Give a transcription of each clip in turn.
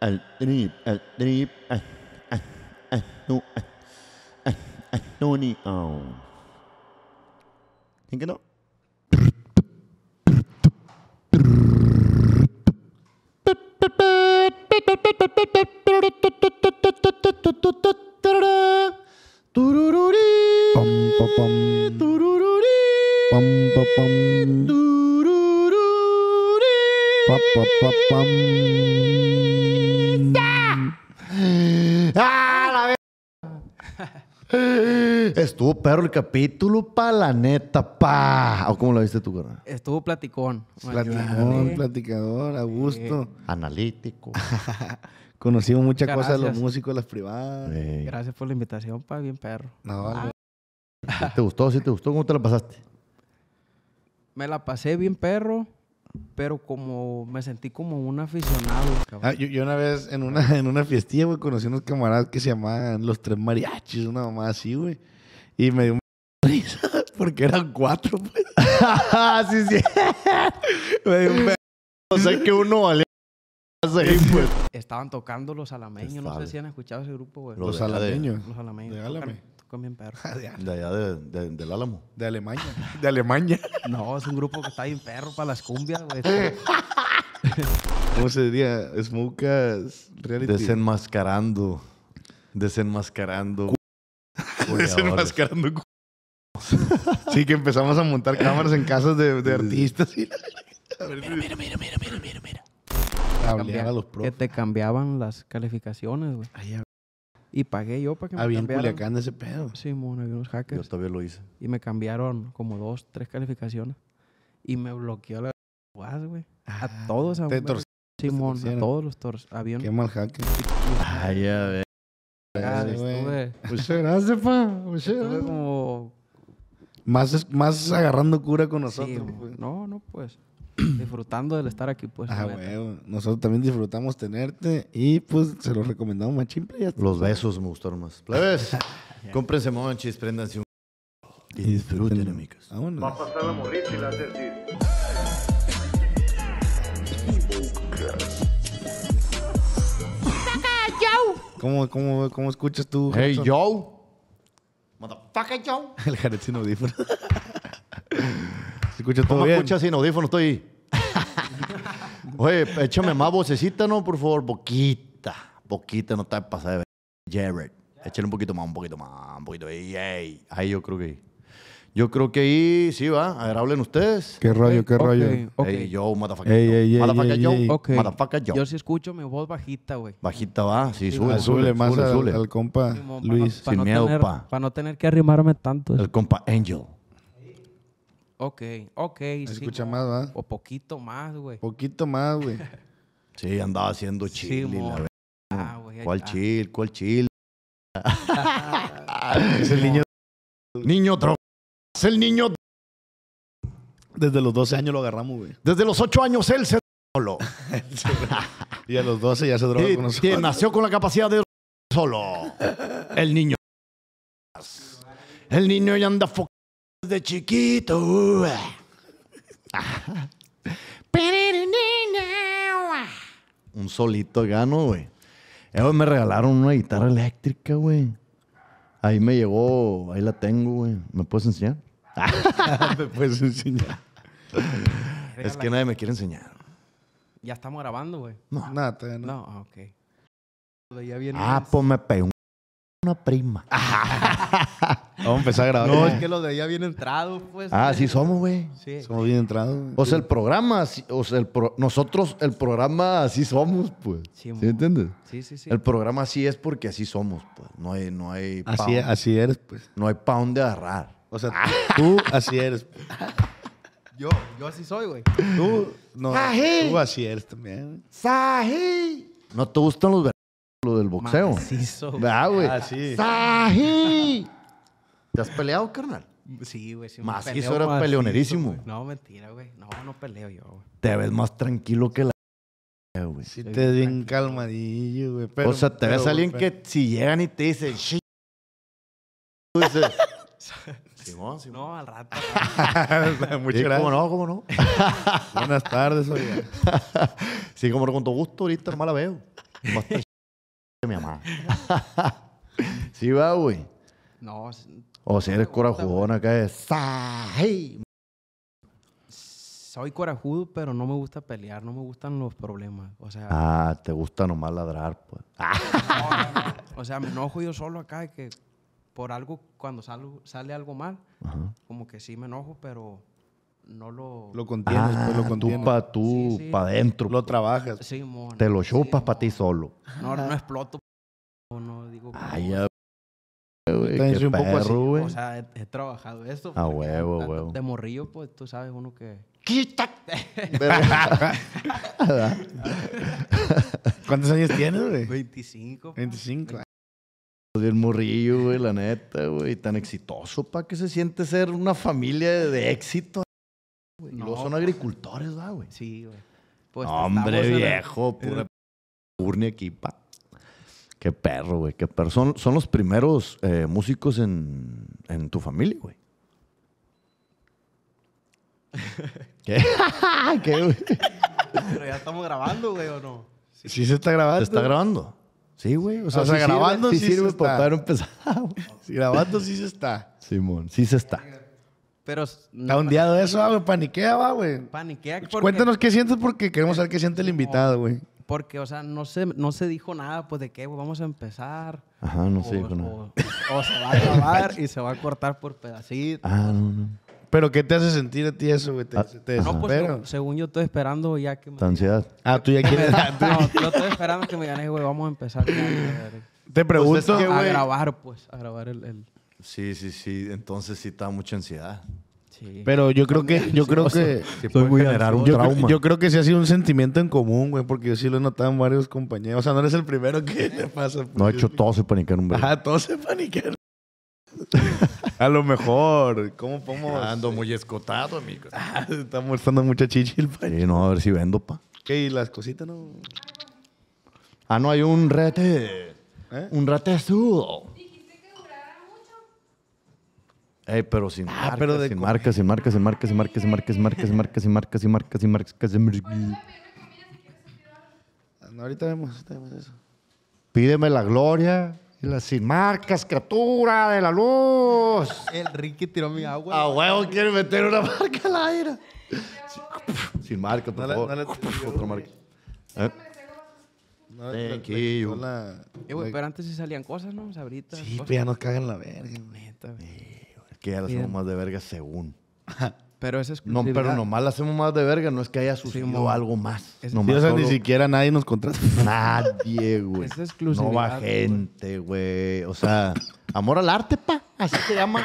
al drip, al drip, al, al, al, no, al, al, al, no, ni, au. ¿Quién quedó? Turururí, Pam, pam, pam. turururí, Pam, pa, pam. turururí. Pa, pa, pa, pam. ¡Ah, la ve- Estuvo perro el capítulo, pa, la neta, pa. ¿O cómo lo viste tú, carnal? Estuvo platicón. Platicador, platicador, a gusto. Analítico. Conocimos muchas Muchas cosas de los gracias. músicos, las privadas. Ey, Gracias por la invitación, pa, bien perro. No, ¿sí vale. ¿Te gustó? ¿Sí te gustó? ¿Cómo te la pasaste? Me la pasé bien perro, pero como me sentí como un aficionado, Ah, cabrón. yo, yo una vez en una, en una fiestilla, güey, conocí unos camaradas que se llamaban Los Tres Mariachis, una mamá así, güey. Y me dio un risa porque eran cuatro, pues. sí, sí. Me dio un O sea que uno vale. Ahí, pues. Estaban tocando los alameños, no sabe. sé si han escuchado ese grupo, güey. Lo Los de acá de- Ah, alameños. Los alameños. De tocan- Álame. tocan bien perro. De allá de- de- del Álamo. De Alemania. De Alemania. No, es un grupo que está bien perro para las cumbias, güey. Este, ¿Cómo se diría? Smokas Reality. Desenmascarando. Desenmascarando. goleadores. Desenmascarando cu- Sí, que empezamos a montar cámaras en casas de, de artistas. Y... A ver, mira, mira, mira, mira, mira, mira. Hablar a los Que profes. te cambiaban las calificaciones, güey. Ay, a- Y pagué yo para que me Había en cambiaran. Ah, Culiacán de ese pedo. Sí, mon, había unos Yo hackers. todavía lo hice. Y me cambiaron como dos, tres calificaciones. Y me bloqueó la guas, güey. Ah, A todos, a Te un- torcí. Simón, a torcieron. todos los tors. Había un Qué mal hacker. Ay, a ver. Ah, estuve- Muchas gracias, pa. Muchas estuve gracias. como. Más, es- más agarrando cura con nosotros. Sí, pues. no, no, pues. Disfrutando del estar aquí, pues. Ah, la neta. huevo. Nosotros también disfrutamos tenerte y pues se los recomendamos más simple. Ya está. Los besos me gustaron más. Plebes, cómprense monchis, préndanse un... Y disfruten, amigos. Vámonos. ¿Cómo, cómo, cómo escuchas tú? Hey, Jackson? yo. Motherfucker, yo. El Jared sin audífono. ¿Se escucha todo ¿Cómo bien? escuchas sin audífono? Estoy... Oye, échame más vocecita, ¿no? Por favor, poquita. Poquita, no está pasada de ver- Jared. Échale un poquito más, un poquito más, un poquito. Ey, ey. Ahí yo creo que... Yo creo que ahí sí va. A ver, hablen ustedes. ¿Qué rollo, qué Ok, rollo? ok. Hey, yo, motherfucker, Ey, yo. ey, ey, motherfucker, ey, yo. ey. Ok. Motherfucker, yo. Yo sí escucho mi voz bajita, güey. Bajita va, sí, Ah, sube, súbele sube, más sube, al, sube. al compa Simón, pa' no- Luis. pa' sin no miedo, tener- pa. pa' no tener que arrimarme tanto. El compa Angel. Ok, ok. Se sí, escucha mo- más, ¿verdad? O poquito más, güey. Poquito más, güey. Sí, andaba haciendo Sí, chile. la mo- verdad. Ah, güey, ahí ¿Cuál está. chill? ¿Cuál chill? Es el niño. Niño droga. Es el niño. dro- Desde los 12 años lo agarramos, güey. Desde los ocho años él se solo. Y a los 12 ya se droga Y- con nosotros. que nació con la capacidad de solo. El niño. El niño ya anda fo- desde chiquito. Un solito gano, güey. Eh, güey, me regalaron una guitarra eléctrica, güey. Ahí me llegó, ahí la tengo, güey. ¿Me puedes enseñar? Me puedes enseñar. Es que nadie me quiere enseñar. Ah, Ya estamos grabando, güey. No. Nada, todavía no. No, ah, ok. Ya viene Ah, el- pues me pegó una prima. Vamos a empezar a grabar. No, es que los de allá vienen entrados, pues. Ah, sí somos, güey. Sí. Somos bien entrados. güey. O sea, el programa, sí- o sea, el pro- nosotros, el programa así somos, pues. Sí, ¿Sí, mo. entiendes? Sí, sí, sí. El programa así es porque así somos, pues. No hay, no hay, pa' así, dónde- así eres, pues. no hay pa' dónde agarrar. O sea, Ah. tú así eres. Yo, yo así soy, güey. Tú, no, Ají. tú así eres también. Sahi. ¿No te gustan los ver- lo del boxeo. Macizo, güey. ¿Verdad, güey? Ah, sí. ¡Sají! ¿Te has peleado, carnal? Sí, güey. Sí, me Macizo peleo era peleonerísimo. güey. No, mentira, güey. No, no peleo yo, güey. Te ves más tranquilo que la... Eh, güey. Sí, te ves bien calmadillo, güey. pero- O sea, te pero, ves a alguien que pero- si llegan y te dicen... "Shi-", Tú dices... Simón, Simón. No, al rato. Muchas Sí, gracias. ¿Cómo no? ¿Cómo no? Buenas tardes, oiga. Sí, como no, con todo gusto, ahorita nomás la veo. Nomás te de mi mamá. sí, va, güey. No, s- O si eres me gusta, corajudón acá es. "Sají". soy corajudo, pero no me gusta pelear. No me gustan los problemas. O sea, Ah, te gusta nomás ladrar, pues. Ah, o sea me enojo yo solo acá de que por algo, cuando salgo, sale algo mal, ajá. como que sí me enojo, pero no lo... Lo contienes, Ah, pues lo contienes. tú pa' tú, Sí, sí. pa' dentro. Lo trabajas. Sí, mo, te no, lo sí, chupas mo. para ti solo. No, no exploto. No, no digo... Ay, como- ya, güey. también Qué soy un poco así, perro, güey. O sea, he, he trabajado esto. Ah, porque huevo, tanto- huevo. De morrillo, pues tú sabes uno que... ¿Cuántos años tienes, güey? 25. 25. Bien morrillo, güey, la neta, güey. Tan exitoso, pa' que se siente ser una familia de, de éxito. güey. Y No, luego son agricultores, ¿va, güey? Sí, güey. Pues, estamos Hombre en el- viejo, pura urnia aquí, pa. Qué perro, güey, qué perro. Son, son los primeros eh, músicos en, en tu familia, güey. ¿Qué? ¿Qué, güey? Pero ya estamos grabando, güey, ¿o no? Sí. se está grabando. ¿Te está grabando? Sí, güey. O sea, O sea, sí sirve- grabando sí sí se sirve para está. estar empezado. Sí, grabando sí se está. Simón, sí se está. Pero... Está hundeado eso, ah, güey. Paniquea, va, güey. Paniquea porque, Cuéntanos qué sientes porque queremos saber qué siente el invitado, güey. porque, o sea, no se, no se dijo nada, pues, de qué, güey, vamos a empezar. Ajá, no o, sé. dijo nada. o- o se va a grabar y se va a cortar por pedacitos. Ah, no, no. Pero ¿qué te hace sentir a ti eso, güey? ¿Te, Ah, te No, pues, desespera? según- según yo estoy esperando ya que me... La ansiedad. ah, tú ya quieres... No, yo estoy esperando que me digan, "Eh, güey, vamos a empezar ya, güey, Te pregunto... Pues es que, a güey. grabar, pues, a grabar el... el- Sí, sí, sí. Entonces sí está mucha ansiedad. Sí. Pero yo creo que... Yo creo que... Sí puede generar un Yo, trauma. creo- yo creo que sí ha sido un sentimiento en común, güey, porque yo sí lo he notado en varios compañeros. O sea, no eres el primero que le pasa. No, ha hecho todo se panicar un verbo. Ajá, todos se paniquean. A lo mejor. ¿Cómo podemos...? muy escotado, amigo. Ah, se está mostrando mucha chichi el país. Sí, no, a ver si vendo, pa. ¿Qué? ¿Y las cositas no...? Ah, no, hay un rate. ¿Eh? Un rate azul. Ey, Ah, pero sin marcas, pero de sin co- marcas, sin marcas, sin marcas, sin marcas, sin marcas, sin marcas, sin marcas, sin marcas, sin marcas, sin marcas, sin marcas. Ah, no, ahorita vemos, ahorita vemos eso. Pídeme la gloria y la sin marcas, criatura de la luz. El Ricky tiró mi agua. A huevo quiere meter una marca al aire. Sin marca, por No la- favor. no la tuyo, Otra marca. ¿Eh? No, Thank la- you. la- Eh, güey, la- pero antes sí salían cosas, ¿no? Sabritas. Sí, cosas. pero ya nos cagan la verga. güey. Neta, güey. Es que ya las hacemos más de verga según. Pero esa es No, pero nomás la hacemos más de verga, no es que haya sucedido mo. algo más. Es- Nomás Sí, o sea, ni solo- siquiera nadie nos contrata. Nadie, güey. Es exclusividad, No va güey. gente, güey. O sea, amor al arte, pa. Así se llama.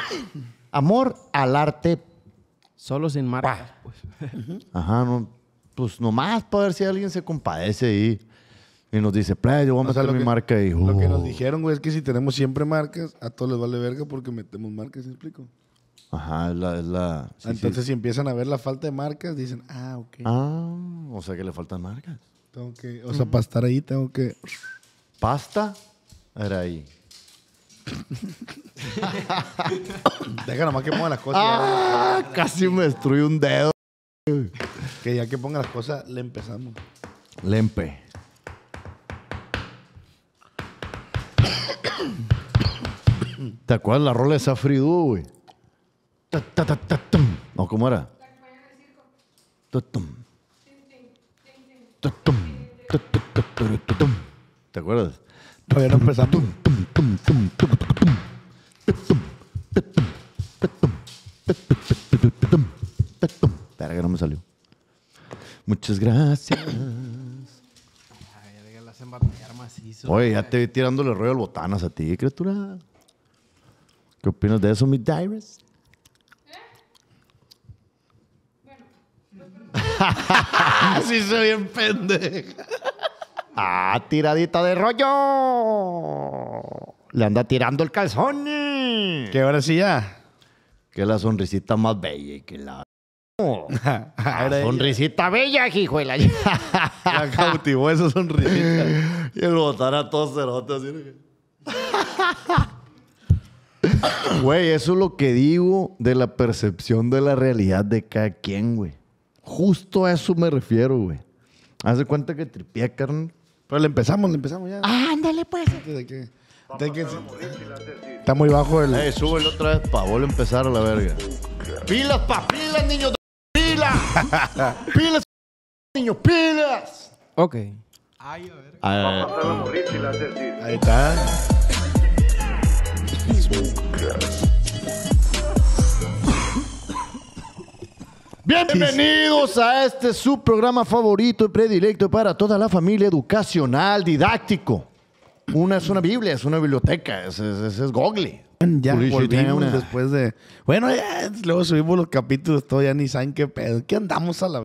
Amor al arte. Solo sin marcas, pues. Ajá, no. Pues nomás para ver si alguien se compadece ahí. Y nos dice, play, yo voy a O sea, meter lo mi que- marca ahí. Lo que nos Uh. dijeron, güey, es que si tenemos siempre marcas, a todos les vale verga porque metemos marcas, ¿me explico? Ajá, es la. es la- sí, sí. Entonces, si empiezan a ver la falta de marcas, dicen, ah, ok. Ah, o sea que le faltan marcas. Tengo que, o sea, para estar ahí tengo que. Pasta era ahí. Deja nomás que ponga las cosas. Ah, casi me destruí un dedo. ya, güey. que ya que ponga las cosas, le empezamos. Lempe. ¿Te acuerdas la rola de Safri Duo, güey? Ta, ta, ta, ta, tum. No, ¿cómo era? Ta, tum. Ta, tum. Ta, ta, ta, ta, ta, tum. ¿Te acuerdas? Todavía no empezamos. Tum, tum, tum, tum, tum, tum. Espera que no me salió. Muchas gracias. Ay, verga, la hacen batallar macizo. Oye, ya te vi tirándole rollo al botanas a ti, criatura. ¿Qué opinas de eso, mi Dyrus? Así soy bien pendejo. Ah, tiradita de rollo. Le anda tirando el calzón. Que ahora sí ya. Que la sonrisita más bella y que la. Ahora sonrisita bella, hijo de la. ya cautivó esa sonrisita. y el botán a todos cerotes. así. Güey, eso es lo que digo de la percepción de la realidad de cada quien, güey. Justo a eso me refiero, güey. Haz de cuenta que tripié, carnal. Pero le empezamos, le empezamos ya. Ándale, pues. Antes de que- de que- Está muy bajo el. Eh, súbelo otra vez para volver a empezar a la verga. Pilas, pa, pilas, niños. Pilas. pilas, niños, pilas. Ok. Ah, eh. Ahí está. Bienvenidos a este su programa favorito y predilecto para toda la familia educacional, didáctico. Una es una Biblia, es una biblioteca, es, es, es- es Google. Ya Pulish volvimos Town. después de. Bueno, ya, luego subimos los capítulos, todo ya ni saben qué pedo. ¿Qué andamos a la.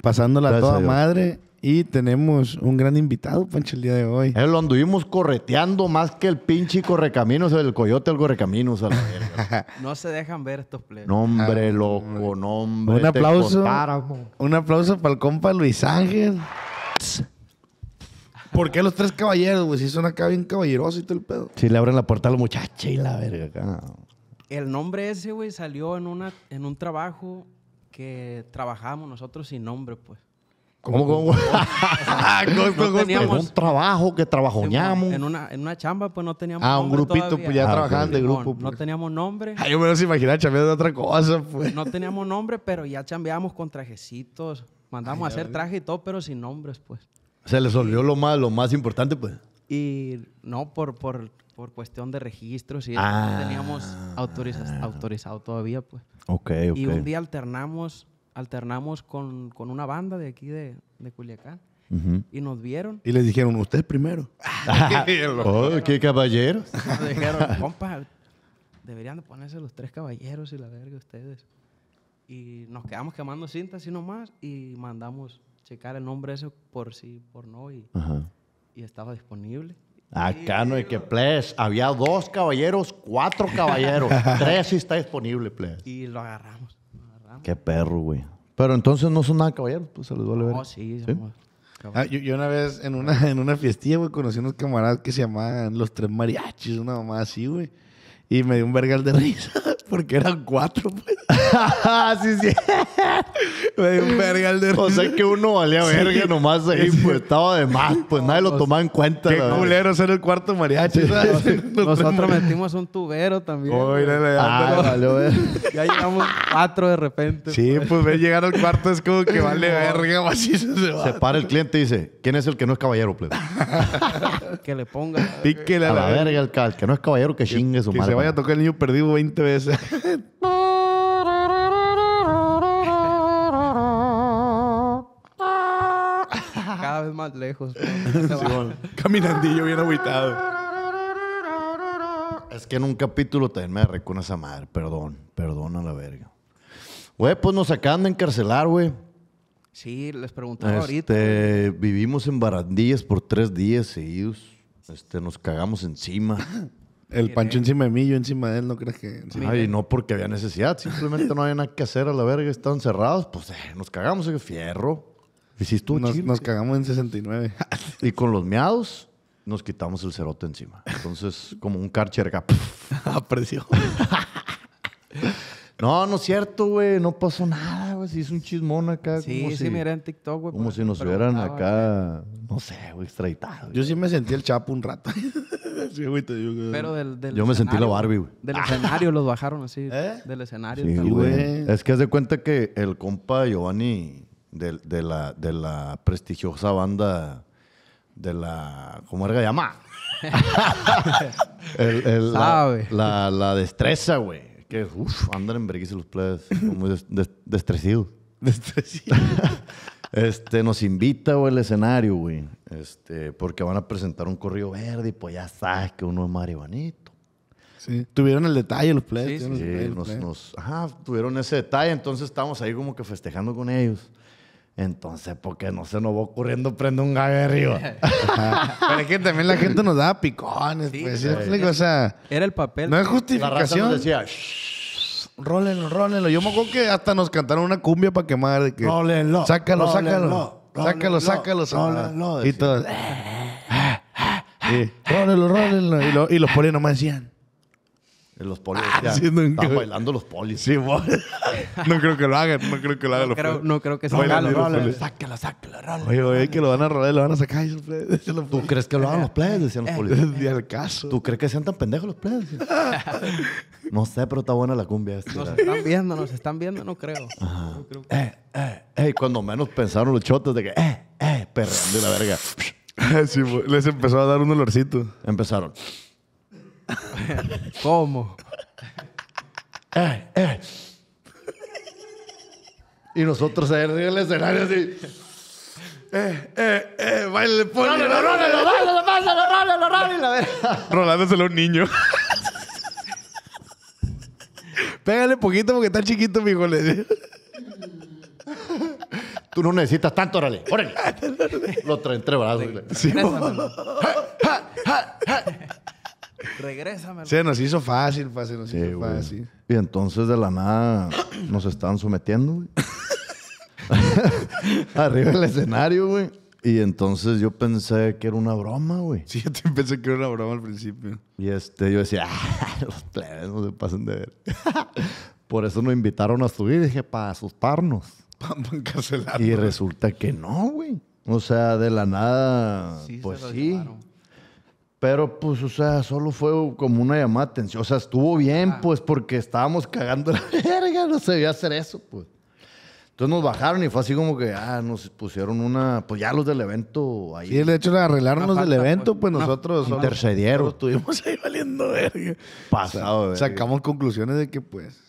Pasándola Gracias a toda Dios. madre. Y tenemos un gran invitado, Pancho, el día de hoy. Eh, lo anduvimos correteando más que el pinche correcaminos, el coyote del correcaminos. A la verga. No se dejan ver estos players. Nombre loco, nombre. Un te aplauso. contáramos. Un aplauso para el compa Luis Ángel. ¿Por qué los tres caballeros, güey? Si son acá bien caballerosos y todo el pedo. Si le abren la puerta a la muchacha y la verga. acá. El nombre ese, güey, salió en, una, en un trabajo que trabajábamos nosotros sin nombre, pues. ¿Cómo, cómo? No En teníamos- un trabajo que trabajoñamos. En una, en una chamba, pues no teníamos Ah, un nombre grupito, todavía. pues ya Ah, trabajaban ok. de Simón, grupo. No pues. teníamos nombre. Ay, yo me los imaginaba chambeando de otra cosa, pues. No teníamos nombre, pero ya chambeábamos con trajecitos. Mandamos a hacer traje y todo, pero sin nombres, pues. Se les olvidó lo más, lo más importante, pues. Y no, por, por, por cuestión de registros y eso, Ah. no teníamos autoriza- autorizado todavía, pues. Ok, Y un día alternamos, alternamos con, con una banda de aquí de, de Culiacán. Y nos vieron. Y les dijeron, ustedes primero. Oh, qué caballeros. Nos dijeron, compa, deberían de ponerse los tres caballeros y la verga ustedes. Y nos quedamos quemando cintas y nomás y mandamos checar el nombre ese por sí, por no y, Ajá. y estaba disponible. Acá no hay que ples. Había dos caballeros, cuatro caballeros. Tres sí está disponible, ples. Y lo agarramos. Lo agarramos. Qué perro, güey. Pero entonces no son nada caballeros, pues se les duele ver. Oh, sí, somos cabal- Ah, yo, yo una vez en una, en una fiestilla, güey, conocí unos camaradas que se llamaban Los Tres Mariachis, una mamá así, güey. Y me dio un vergal de risa, porque eran cuatro, pues. sí, sí. Me dio un vergal de risa. O sea que uno valía verga nomás ahí, pues estaba de más, pues nadie lo tomaba en cuenta. Qué la verga. culero ser el cuarto mariachi. ¿sabes? Los tres Nosotros mariachis. metimos un tubero también. Oye, güey. le- le- Ah, valió ver. ya llegamos cuatro de repente. Sí, pues ver llegar al cuarto es como que vale verga, macizo se Se va. para el cliente y dice, ¿quién es el que no es caballero, plebe? Que le ponga. Píquele A a la verga. verga, el, ca- el que no es caballero, que chingue su Que madre. se vaya a tocar el niño perdido 20 veces. Cada vez más lejos. Caminandillo bien agüitado. Es que en un capítulo también me agarré con esa madre. Perdón, perdón a la verga. Güey, pues nos acaban de encarcelar, güey. Sí, les preguntaba ahorita. Este, vivimos en barandillas por tres días seguidos. Este, nos cagamos encima. El pancho encima de mí, yo encima de él, no crees que. sí. Ay, no porque había necesidad, simplemente no había nada que hacer a la verga, estaban cerrados, pues eh, nos cagamos, eh, fierro. Y si estuvo Nos, chido. nos cagamos en 69. Y con los meados nos quitamos el cerote encima. Entonces, como un carcher acá. Aprecio. No, no es cierto, güey. No pasó nada, güey. Se hizo un chismón acá. Sí, como sí, si, miré en TikTok, güey. Como pues, si nos me hubieran preguntaba. acá, no sé, güey, extraditado. Yo sí me sentí el chapo un rato. sí, güey, te digo que- Pero del, del Yo me sentí la escenario, Barbie, güey. Ah. Del escenario los bajaron así. ¿Eh? Del escenario. Sí, también. güey. güey. Es que haz de cuenta que el compa Giovanni de, de la, de la prestigiosa banda de la. ¿Cómo era que se llama? El- el- la- Sabe. La, la, destreza, güey. Que, uff, andan en vergüenza los players. Muy des- des- destrecidos. Este, nos invita, güey, al escenario, güey. Este, porque van a presentar un corrido verde y pues ya sabes que uno es marihuanito. Sí. Tuvieron el detalle los players. Sí, tuvieron Sí, el detalle los nos, players. nos- ajá, tuvieron ese detalle, entonces estábamos ahí como que festejando con ellos. Entonces, porque no se nos va ocurriendo prende un gag de arriba. Pero es que también la gente nos daba picones, Sí, pues. ¿sí sí. me explico? O sea, Era el papel. no es La raza nos justificación. decía, "Shh, Rólenlo, rólenlo. Yo me acuerdo que hasta nos cantaron una cumbia para quemar. de que, Rólenlo, Sácalo, rólenlo, sácalo. rólenlo, Sácalo, sácalo. sácalo". rólenlo, Y decía. todos. Sí, rólenlo, rólenlo. Y, lo- y los polis nomás decían. Y los polis Ah, decían, sí, nunca- "Están bailando los polis. Sí, bo- No creo que lo hagan. No creo que lo hagan no, los creo, polis. no creo que sea Bailan, malo. bailan. Rólenlo, sácalo, sácalo, rólenlo". Oye, oye, que lo van a rolar y lo van a sacar. Y se lo ¿Tú crees que lo hagan los plebes? Decían Eh, los polis. Ni al caso. ¿Tú crees que sean tan pendejos los plebes? no sé, pero está buena la cumbia. Esta, Nos la- están viendo, nos están viendo, no creo. No creo que- eh, eh, eh, cuando menos pensaron los chotes de que, eh, eh, perreando y la verga. Eh, Sí, bo- les empezó a dar un olorcito. Empezaron. ¿Cómo? Eh, eh. Y nosotros ahí arriba del escenario así. Eh, eh, eh, baile, poli. ¡Rólenlo, rólenlo, rólenlo, pásalo, rólenlo, rólenlo! La verga. rolándoselo a un niño. Pégale poquito porque está chiquito, mijo. le digo. Tú no necesitas tanto, órale, órale. Lo traen entre brazos. güey. Sí, Regrésamelo. Regrésamelo. Se nos hizo fácil, pa, se nos Sí, hizo güey. fácil. Y entonces de la nada nos estaban sometiendo, güey. Arriba del escenario, güey. Y entonces yo pensé que era una broma, güey. Sí, yo te pensé que era una broma al principio. Y este, yo decía, "Ah, los plebes no se pasen de ver. Por eso nos invitaron a subir, dije, para asustarnos. Vamos a Ah, pues, encarcelar. Y resulta que no, güey. O sea, de la nada, Sí, se pues lo sí. llevaron. Pero, pues, o sea, solo fue como una llamada de atención. O sea, estuvo bien, Ah. pues, porque estábamos cagando la verga. No se debía hacer eso, pues. Entonces nos bajaron y fue así como que, ah, nos pusieron una... Pues ya los del evento ahí. Sí, el hecho de arreglarnos Una del falta, evento, pues, pues una- nosotros solo- intercedieron. solo Estuvimos ahí valiendo verga. Pasado, de verga. Sacamos conclusiones de que, pues.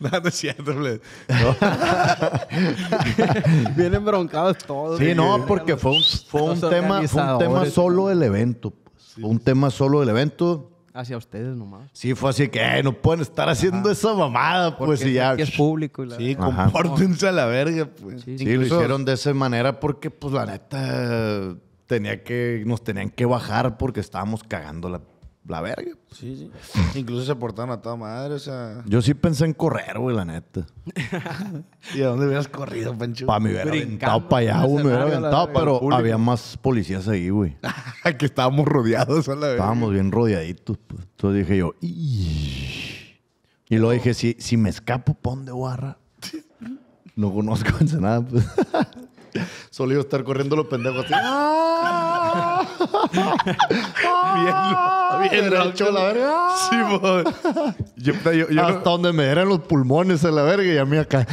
no, no es cierto, ble. Vienen broncados todos. Sí, no, Los- porque fue un, fue un los tema, fue un tema organizadores. solo del evento. pues. Fue un tema solo del evento. Hacia ustedes nomás. Sí, fue así que "Ey, no pueden estar haciendo esa mamada, pues, Porque y ya. aquí es público. Y la Sí, Ajá. compórtense a la verga, pues. Sí, Sí, lo hicieron de esa manera porque, pues, la neta, tenía que, nos tenían que bajar porque estábamos cagando la, la verga. Sí, sí. Incluso se portaron a toda madre, o sea. Yo sí pensé en correr, güey, la neta. ¿Y a dónde hubieras corrido, Pancho? Para mí hubiera Brincando aventado para allá, en el güey, me hubiera escenario, la aventado, verga. pero Público. había más policías ahí, güey. que estábamos rodeados a la verga. Estábamos bien rodeaditos. pues. Entonces dije yo, "Ish". y luego dije, si, si me escapo, pon de guarra. No conozco Ensenada. Pues. Solo iba a estar corriendo los pendejos así. ¡Ah! ¡Ah! Bien, bien Derecho a la verga. ¡Ah! Sí, bo. Yo, yo, yo, Hasta no- donde me eran los pulmones a la verga y a mí acá.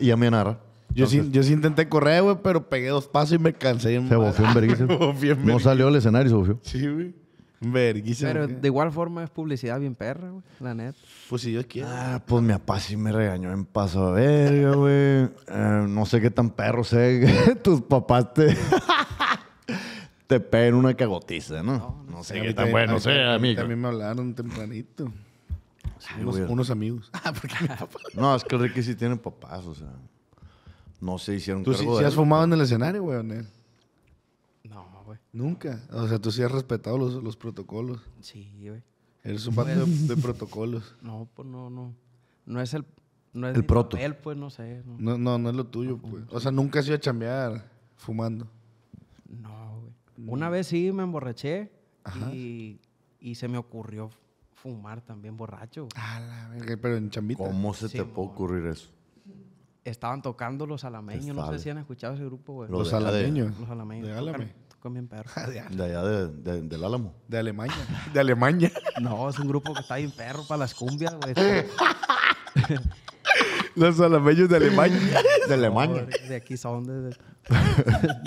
Y a mí a narra. yo sí, yo sí intenté correr, güey, pero pegué dos pasos y me cansé. Se bofeó un verguizo. Me bofeé un No verguizo. salió del escenario, se bofeó. Sí, güey. Verguísimo. Pero güey. de igual forma es publicidad bien perra, güey. La neta. Pues si Dios quiere. Ah, pues mi papá sí me regañó en paso de verga, güey. Eh, no sé qué tan perro sé. que Tus papás te. te peguen una cagotiza, ¿no? No, sé qué tan bueno sea, amigo. También me hablaron tempranito. unos, güey. Ah, unos amigos. No, es que Ricky sí tiene papás, o sea. No se hicieron ¿Tú sí, cargo sí de has él. fumado en el escenario, güey, o no? No, güey. Nunca. O sea, tú sí has respetado los, los protocolos. Sí, güey. Eres un vato de, de protocolos. No, pues no, no. No es el. No es El mi proto. Mm. papel, pues no sé. No, No, no, no es lo tuyo, Ah, pues. O sea, nunca has ido a chambear fumando. no, güey. Mm. Una vez sí me emborraché y, y se me ocurrió fumar también borracho. güey. Ah, la verga, pero en chambita. ¿Cómo se te Sí, puede mo. ocurrir eso? Estaban tocando los alameños. No sé sabe. si han escuchado ese grupo, güey. Lo- Los de- alameños. Los alameños. De tocan- Álame. Tocan bien perro. De allá de- de- del Álamo. De Alemania. De Alemania. No, es un grupo que está bien perro para las cumbias, güey. Los alameños de Alemania. De Alemania. De aquí son de... de-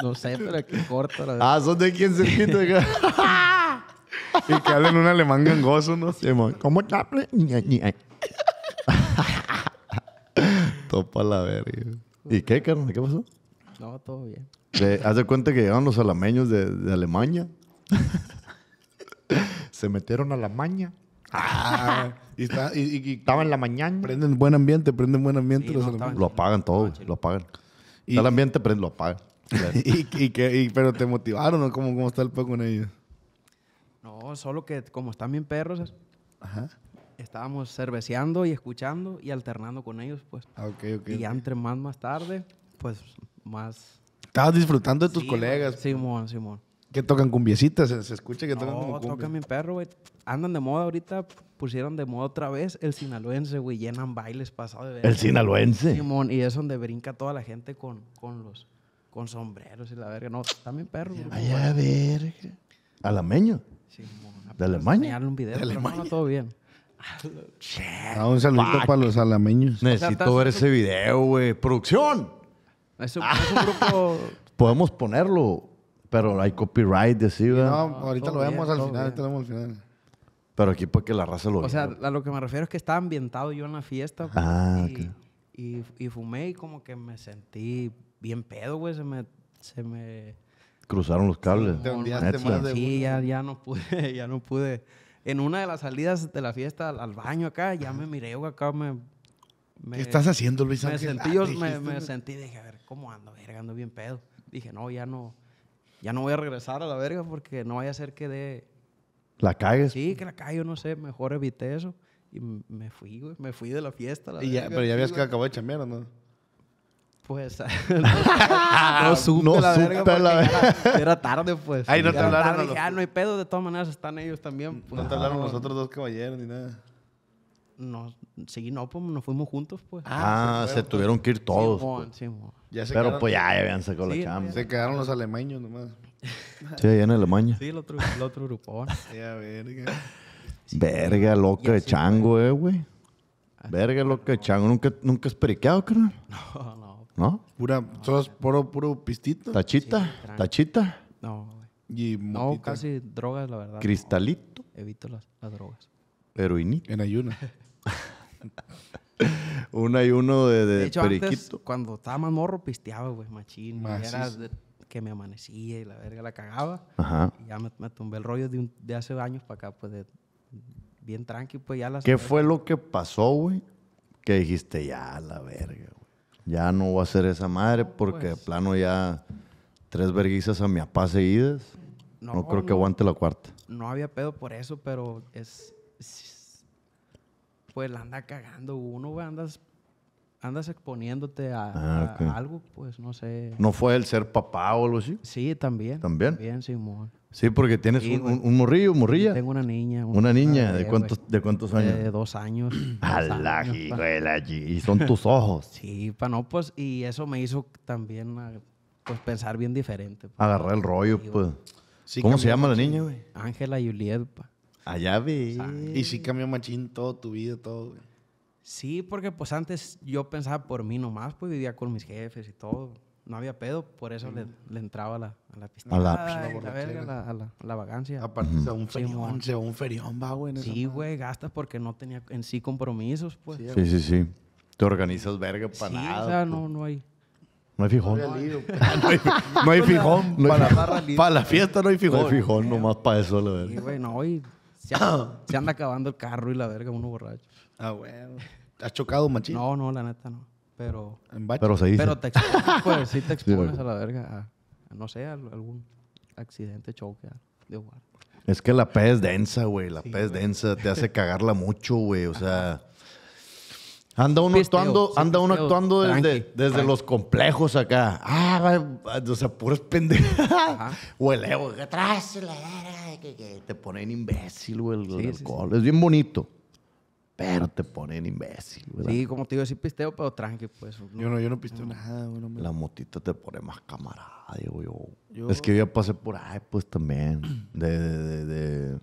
no sé, pero aquí corta la verdad. Ah, son de quién cerquita de acá. y que hablan un alemán gangoso, ¿no? Sí, mo. ¿Cómo está? Topa la verga. ¿Y qué, carnal? ¿Qué pasó? Ah. No, todo bien. De- haz de cuenta que llegaron los alameños de, de Alemania. Se metieron a la maña. Ah, y, está, y, y- y Estaba en la mañana. prenden buen ambiente, prenden buen ambiente Sí, los no, alemanes. Lo apagan Ah, todo, güey, lo apagan. Está el ambiente, pero lo apagan. y, y que- y- pero te motivaron, Ah, ¿no? ¿Cómo, cómo está el pedo con ellos? No, solo que como están bien perros, Ajá. estábamos cerveceando y escuchando y alternando con ellos, pues. Ah, ok, ok. Y ya entre más más tarde, pues más... Estabas disfrutando de tus Sí, colegas Simón, Simón. que tocan cumbiecitas. Se, se escucha que tocan No, como cumbia. toca mi perro, güey. Andan de moda ahorita, pusieron de moda otra vez el sinaloense, güey. Llenan bailes pasado de verga. El sinaloense. Simón, y es donde brinca toda la gente con, con los con sombreros y la verga. No, también perro. güey. Allá, verga. Alameño. Simón, apenas Alemania? enseñarle un video, pero no, no, todo bien. Ah, un saludito para los alameños. Necesito ver ese video, güey. Producción. Es un, es un grupo... Podemos ponerlo, pero hay copyright, decía. No, ¿verdad? ahorita todo lo vemos bien, al todo final, ahorita bien. lo vemos al final. Pero aquí para que la raza lo O sea, vea. a lo que me refiero es que estaba ambientado yo en la fiesta. pues, Ah, y, y- y fumé y como que me sentí bien pedo, güey. Se me... Se me Cruzaron los cables. Te ondeaste Neta. más de- Sí, ya, ya no pude, ya no pude. En una de las salidas de la fiesta al, al baño acá, ya me miré, güey, acá me... me- ¿Qué estás haciendo, Luis me Ángel? sentí, yo Ah, me, dijiste, me ¿no? sentí, dije, a ver, ¿cómo ando? Verga, ando bien pedo. Dije, no, ya no, ya no voy a regresar a la verga porque no vaya a ser que dé... La cagues. Sí, que la calle, no sé, mejor evité eso. Y m- me fui, güey, me fui de la fiesta. la Y ya- verga. pero ya habías que acabó de chambear, ¿o ¿no? Pues... no supe la verga supe la verga. porque ya era, era tarde, pues. Ay, no te Ya era hablaron tarde, a los- dije, ah, no hay pedo, de todas maneras están ellos también. pues. No te hablaron los otros dos caballeros ni nada. No, sí, no, pues nos fuimos juntos, pues. Ah, se tuvieron que ir todos. Simón, pues. Simón. Ya se Pero quedaron- pues ya, ya habían sacado Sí, la chamba. Se quedaron los alemaños nomás. Sí, allá en Alemania. Sí, el otro, el otro grupón. Ya, verga. Verga, loca de chango, eh, güey. Verga, loca de chango. ¿Nunca, nunca has periqueado, carnal? No, no, ¿No? Pura, sos puro, puro pistito ¿Tachita? tranqui. ¿Tachita? no, güey. y No, motita casi drogas, la verdad. ¿Cristalito? no. Evito las, las drogas. ¿Heroinita? en ayuna. Uno y uno de, de De hecho, antes, periquito. cuando estaba más morro, pisteaba, güey, machín. y Era Macizo. de- que me amanecía y la verga la cagaba. Ajá. Y ya me, me tumbé el rollo de, un- de hace años para acá, pues, de, bien tranqui, pues, ya las... ¿Qué fue lo que pasó, güey? Que dijiste, ya, la verga, güey. Ya no voy a hacer esa madre porque Pues de plano ya tres verguizas a mi papá seguidas. No, creo que aguante la cuarta. no había pedo por eso, pero es. es- pues la anda cagando uno, güey. Andas, andas exponiéndote a, Ah, a ok. algo, pues no sé. ¿No fue el ser papá o algo así? Sí, también. ¿También? También, Simón. Sí, porque tienes Sí, un, güey. un- un morrillo, morrilla. Tengo una niña. Una niña, bebé, ¿de cuántos, güey, de cuántos años? De dos años. dos A la años, hijo pa- de la chi- Y son tus ojos. Sí, pa' no, pues, y eso me hizo también ah, pues, pensar bien diferente. pa. Agarrar el rollo, pues. Sí, ¿Cómo cambió se llama la niña, güey? Ángela Juliet, pa. Allá vi. Y sí cambió machín todo tu vida, todo. güey. Sí, porque pues antes yo pensaba por mí nomás, pues vivía con mis jefes y todo. No había pedo, por eso le, le entraba a la, a A Ah, la la- pistola, la y la verga, borrachera. Ah, a la, a la- a la vagancia. Aparte se va un ferión, mon. se va un ferión, va, güey. en esa Sí, madre. güey, gastas porque no tenía en sí compromisos, pues. Sí, Sí, sí, sí. Te organizas verga para nada. o sea, pues. no, no hay. No hay fijón. Qué lío, pues. No hay fijón. No hay Para la fijón. barra libre. Para la fiesta no hay fijón. No hay fijón, nomás para eso, la Sí, verga. güey, no, y se, an- se anda acabando el carro y la verga uno borracho. Ah, güey. ¿Has chocado machín? No, no, la neta no. Pero, En bache. Pero se dice. pero te expones, pues, sí te güey. expones a la verga a, a, no sé, a algún accidente, choque, a- de igual. Es que la pez es densa, güey. La pez es densa te hace cagarla mucho, güey. O sea. Anda uno Pisteo, actuando, sí, anda uno pisteo. actuando desde, Tranqui, desde los complejos acá. Ah, va- va- o sea, puras pendejadas. O el ego, que atrás, la verga, que, que te ponen imbécil, güey, el, el Sí, sí, alcohol. Es bien bonito, pero te ponen imbécil, güey. Sí, como te digo, sí pisteo, pero tranqui, pues. no- Yo no, yo no pisteo nada, güey. no me- La motita te pone más camarada, digo yo. Yo- Es que yo ya pasé por ahí, pues también. De, de, de, de-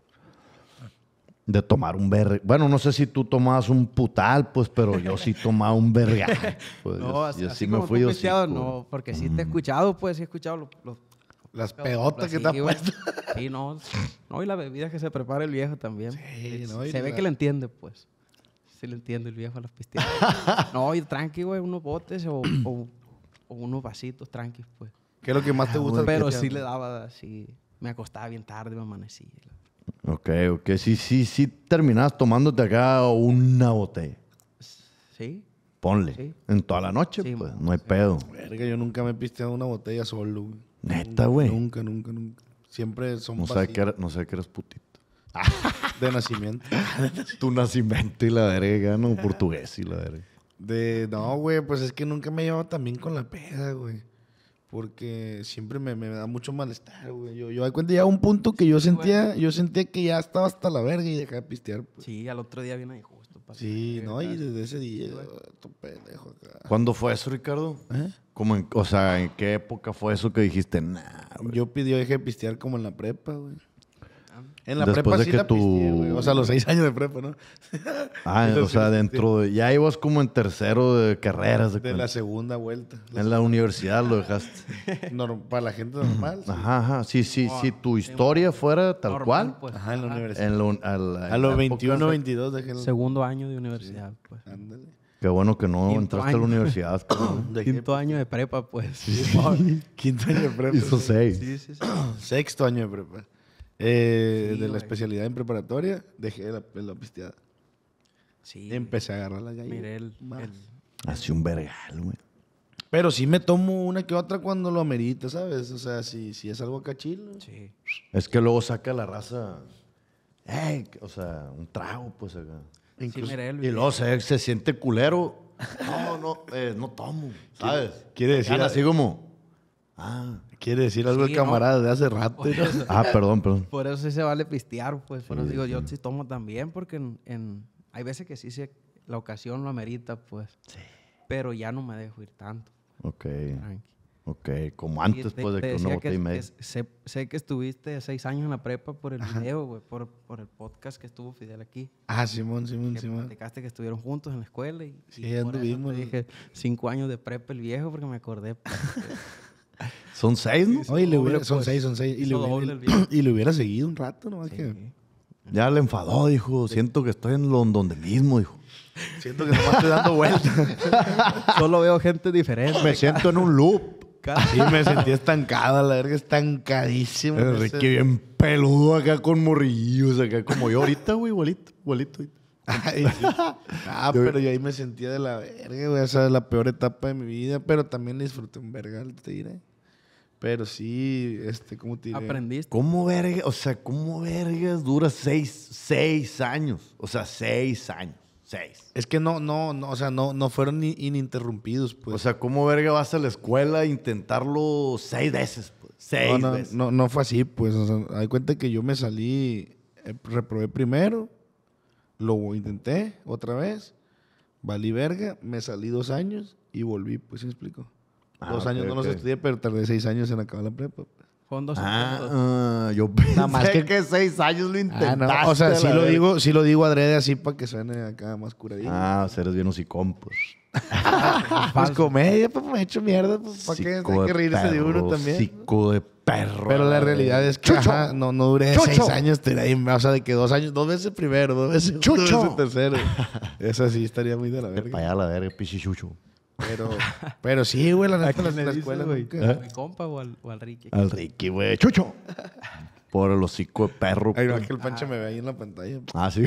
de tomar un verga. Bueno, no sé si tú tomabas un putal, pues, pero yo sí tomaba un verga. Pues, No, yo, así, yo así sí me como fui tú yo pisteado, no, porque sí te he escuchado, pues sí he escuchado los... los Las peotas Mm. que sí, te has güey. puesto. Sí, no, no, y la bebida que se prepara el viejo también. Sí, no, y se ve la- que le entiende, pues. Sí le entiende el viejo a las pisteadas. no, y tranqui, güey, unos botes o, o- o unos vasitos tranqui, pues. ¿Qué es lo que más te gusta? del Pero pisteado? sí le daba así, me acostaba bien tarde, me amanecía. Ok, ok. Sí, sí, sí terminás tomándote acá una botella. Sí, Ponle. Sí. En toda la noche, Sí, pues. mo- No hay pedo. Verga, yo nunca me he pisteado una botella solo, güey. Neta, güey. Nunca, nunca, nunca. Siempre son No sabía pastillas que, era- no sabía que eras putito. de nacimiento. Tu nacimiento y la verga, no portugués y la verga. De, no, güey, pues es que nunca me he llevado tan bien con la peda, güey. Porque siempre me, me da mucho malestar, güey. Yo, yo, hay cuenta ya un punto que yo sentía, yo sentía que ya estaba hasta la verga y dejaba de pistear. pues. sí, al otro día viene justo. pa' Sí, que- no, y tal. desde ese día, oh, tu pendejo acá. ¿Cuándo fue eso, Ricardo? Como en- o sea, ¿en qué época fue eso que dijiste? Nah, güey. Yo pidió dejé de pistear como en la prepa, güey. Ah. En la Después prepa de sí que la tú- pisteé, güey. O sea, los seis años de prepa, ¿no? Ah, o sea, dentro de... Ya ibas como en tercero de carreras. De De la cuenta. segunda vuelta. La- En la universidad lo dejaste. norm- para la gente normal. sí. Ajá, ajá. Sí, sí, Ah, sí. Tu sí, historia fuera tal Normal, cual. pues. Ajá, en la universidad. En lo- a la- A en los la época 21, fue- 22 dejé la... Segundo año de universidad, pues. Ándale. Qué bueno que no Quinto entraste a año. la universidad. cabrón. Quinto año de prepa, pues. Quinto año de prepa. Hizo sí. seis. Sí, sí, sí. Sexto año de prepa. Eh, Sí, de la güey. especialidad en preparatoria, dejé la, la pisteada. Sí. Empecé a agarrar la gallina. Miré el, el- Así un vergal, güey. Pero sí me tomo una que otra cuando lo amerita, ¿sabes? O sea, si, si es algo acá chilo. Sí. Es que luego saca la raza. "Ey", o sea, un trago, pues acá. Sí, miré el Y luego se, se siente culero. No, no, eh, no tomo, ¿sabes? quiere decir- Gana así como. Ah, Quiere decir algo Sí, el ¿no? camarada de hace rato. ¿no? ah, perdón, perdón. Por eso sí se vale pistear, pues. Por eso digo, yo sí tomo también, porque en, en- hay veces que sí se, la ocasión lo amerita, pues. Pero ya no me dejo ir tanto, Ok, tranqui. ok. Como Y antes, te- pues, de te que decía una botella y media. es- sé, sé que estuviste seis años en la prepa por el video, güey, por, por el podcast que estuvo Fidel aquí. Ah, Simón, Simón, Que Simón. platicaste que estuvieron juntos en la escuela. Y, Sí, y por eso te anduvimos. dije cinco años de prepa el viejo, porque me acordé. pues, Son seis, ¿no? Oye, le Doble, hubiera, son pues. seis, son seis. Y le, Hizo doble hubiera, el viejo. y le hubiera seguido un rato, nomás que. que- Ya le enfadó, dijo. Siento que estoy en lo- donde mismo, dijo. Siento que nomás estoy dando vueltas. Solo veo gente diferente. Me siento en un loop. Cada- Sí, me sentí estancada, la verga, estancadísimo. en Enrique ese- Eh, bien peludo acá con morrillos, acá como yo ahorita, güey, igualito, igualito. Ay, sí. Ah, pero yo ahí me sentía de la verga, güey. Esa es la peor etapa de mi vida, pero también disfruté un vergal, te diré. Pero sí, este, ¿cómo te diré? Aprendiste. ¿Cómo verga? O sea, ¿cómo vergas dura seis, seis años? O sea, seis años, seis. Es que no, no, no, o sea, no, no fueron ni- ininterrumpidos, pues. o sea, ¿cómo verga vas a la escuela a intentarlo seis veces? pues? Seis no, no, veces. no, no fue así, pues. O sea, hay cuenta que yo me salí, eh, reprobé primero, lo intenté otra vez, valí verga, me salí dos años y volví, pues, ¿sí me explico? Ah, dos ok, años no ok. los estudié, pero tardé seis años en acabar la prepa. pues. Fueron dos intentos. Ah, ah, yo pensé más que... que- seis años lo Ah, intentaste. no, O sea, a sí la lo, verga. digo, sí lo digo adrede así para que suene acá más curadillo. Ah, o sea, eres bien hocicón, pues. pues comedia, pues me he hecho mierda, pues para qué Hocico hay que reírse de uno perro, también. hocico de perro. Pero a la realidad verga. es que ajá, no, no duré Chucho. seis años, te diré, o sea, de que dos años, dos veces primero, dos veces, segundo, Chucho. dos veces tercero. Esa sí estaría muy de la Vete pa' allá verga. a la verga, pichichucho. Pero, pero sí, güey, la neta, la, ¿Quién le la dices, escuela, güey? nunca. ¿A mi compa o al, o al Ricky? Ah. Al Ricky, güey. ¡Chucho! Por el hocico de perro. Ay, no, pues. que el Ah. pancho me ve ahí en la pantalla. Ah, sí.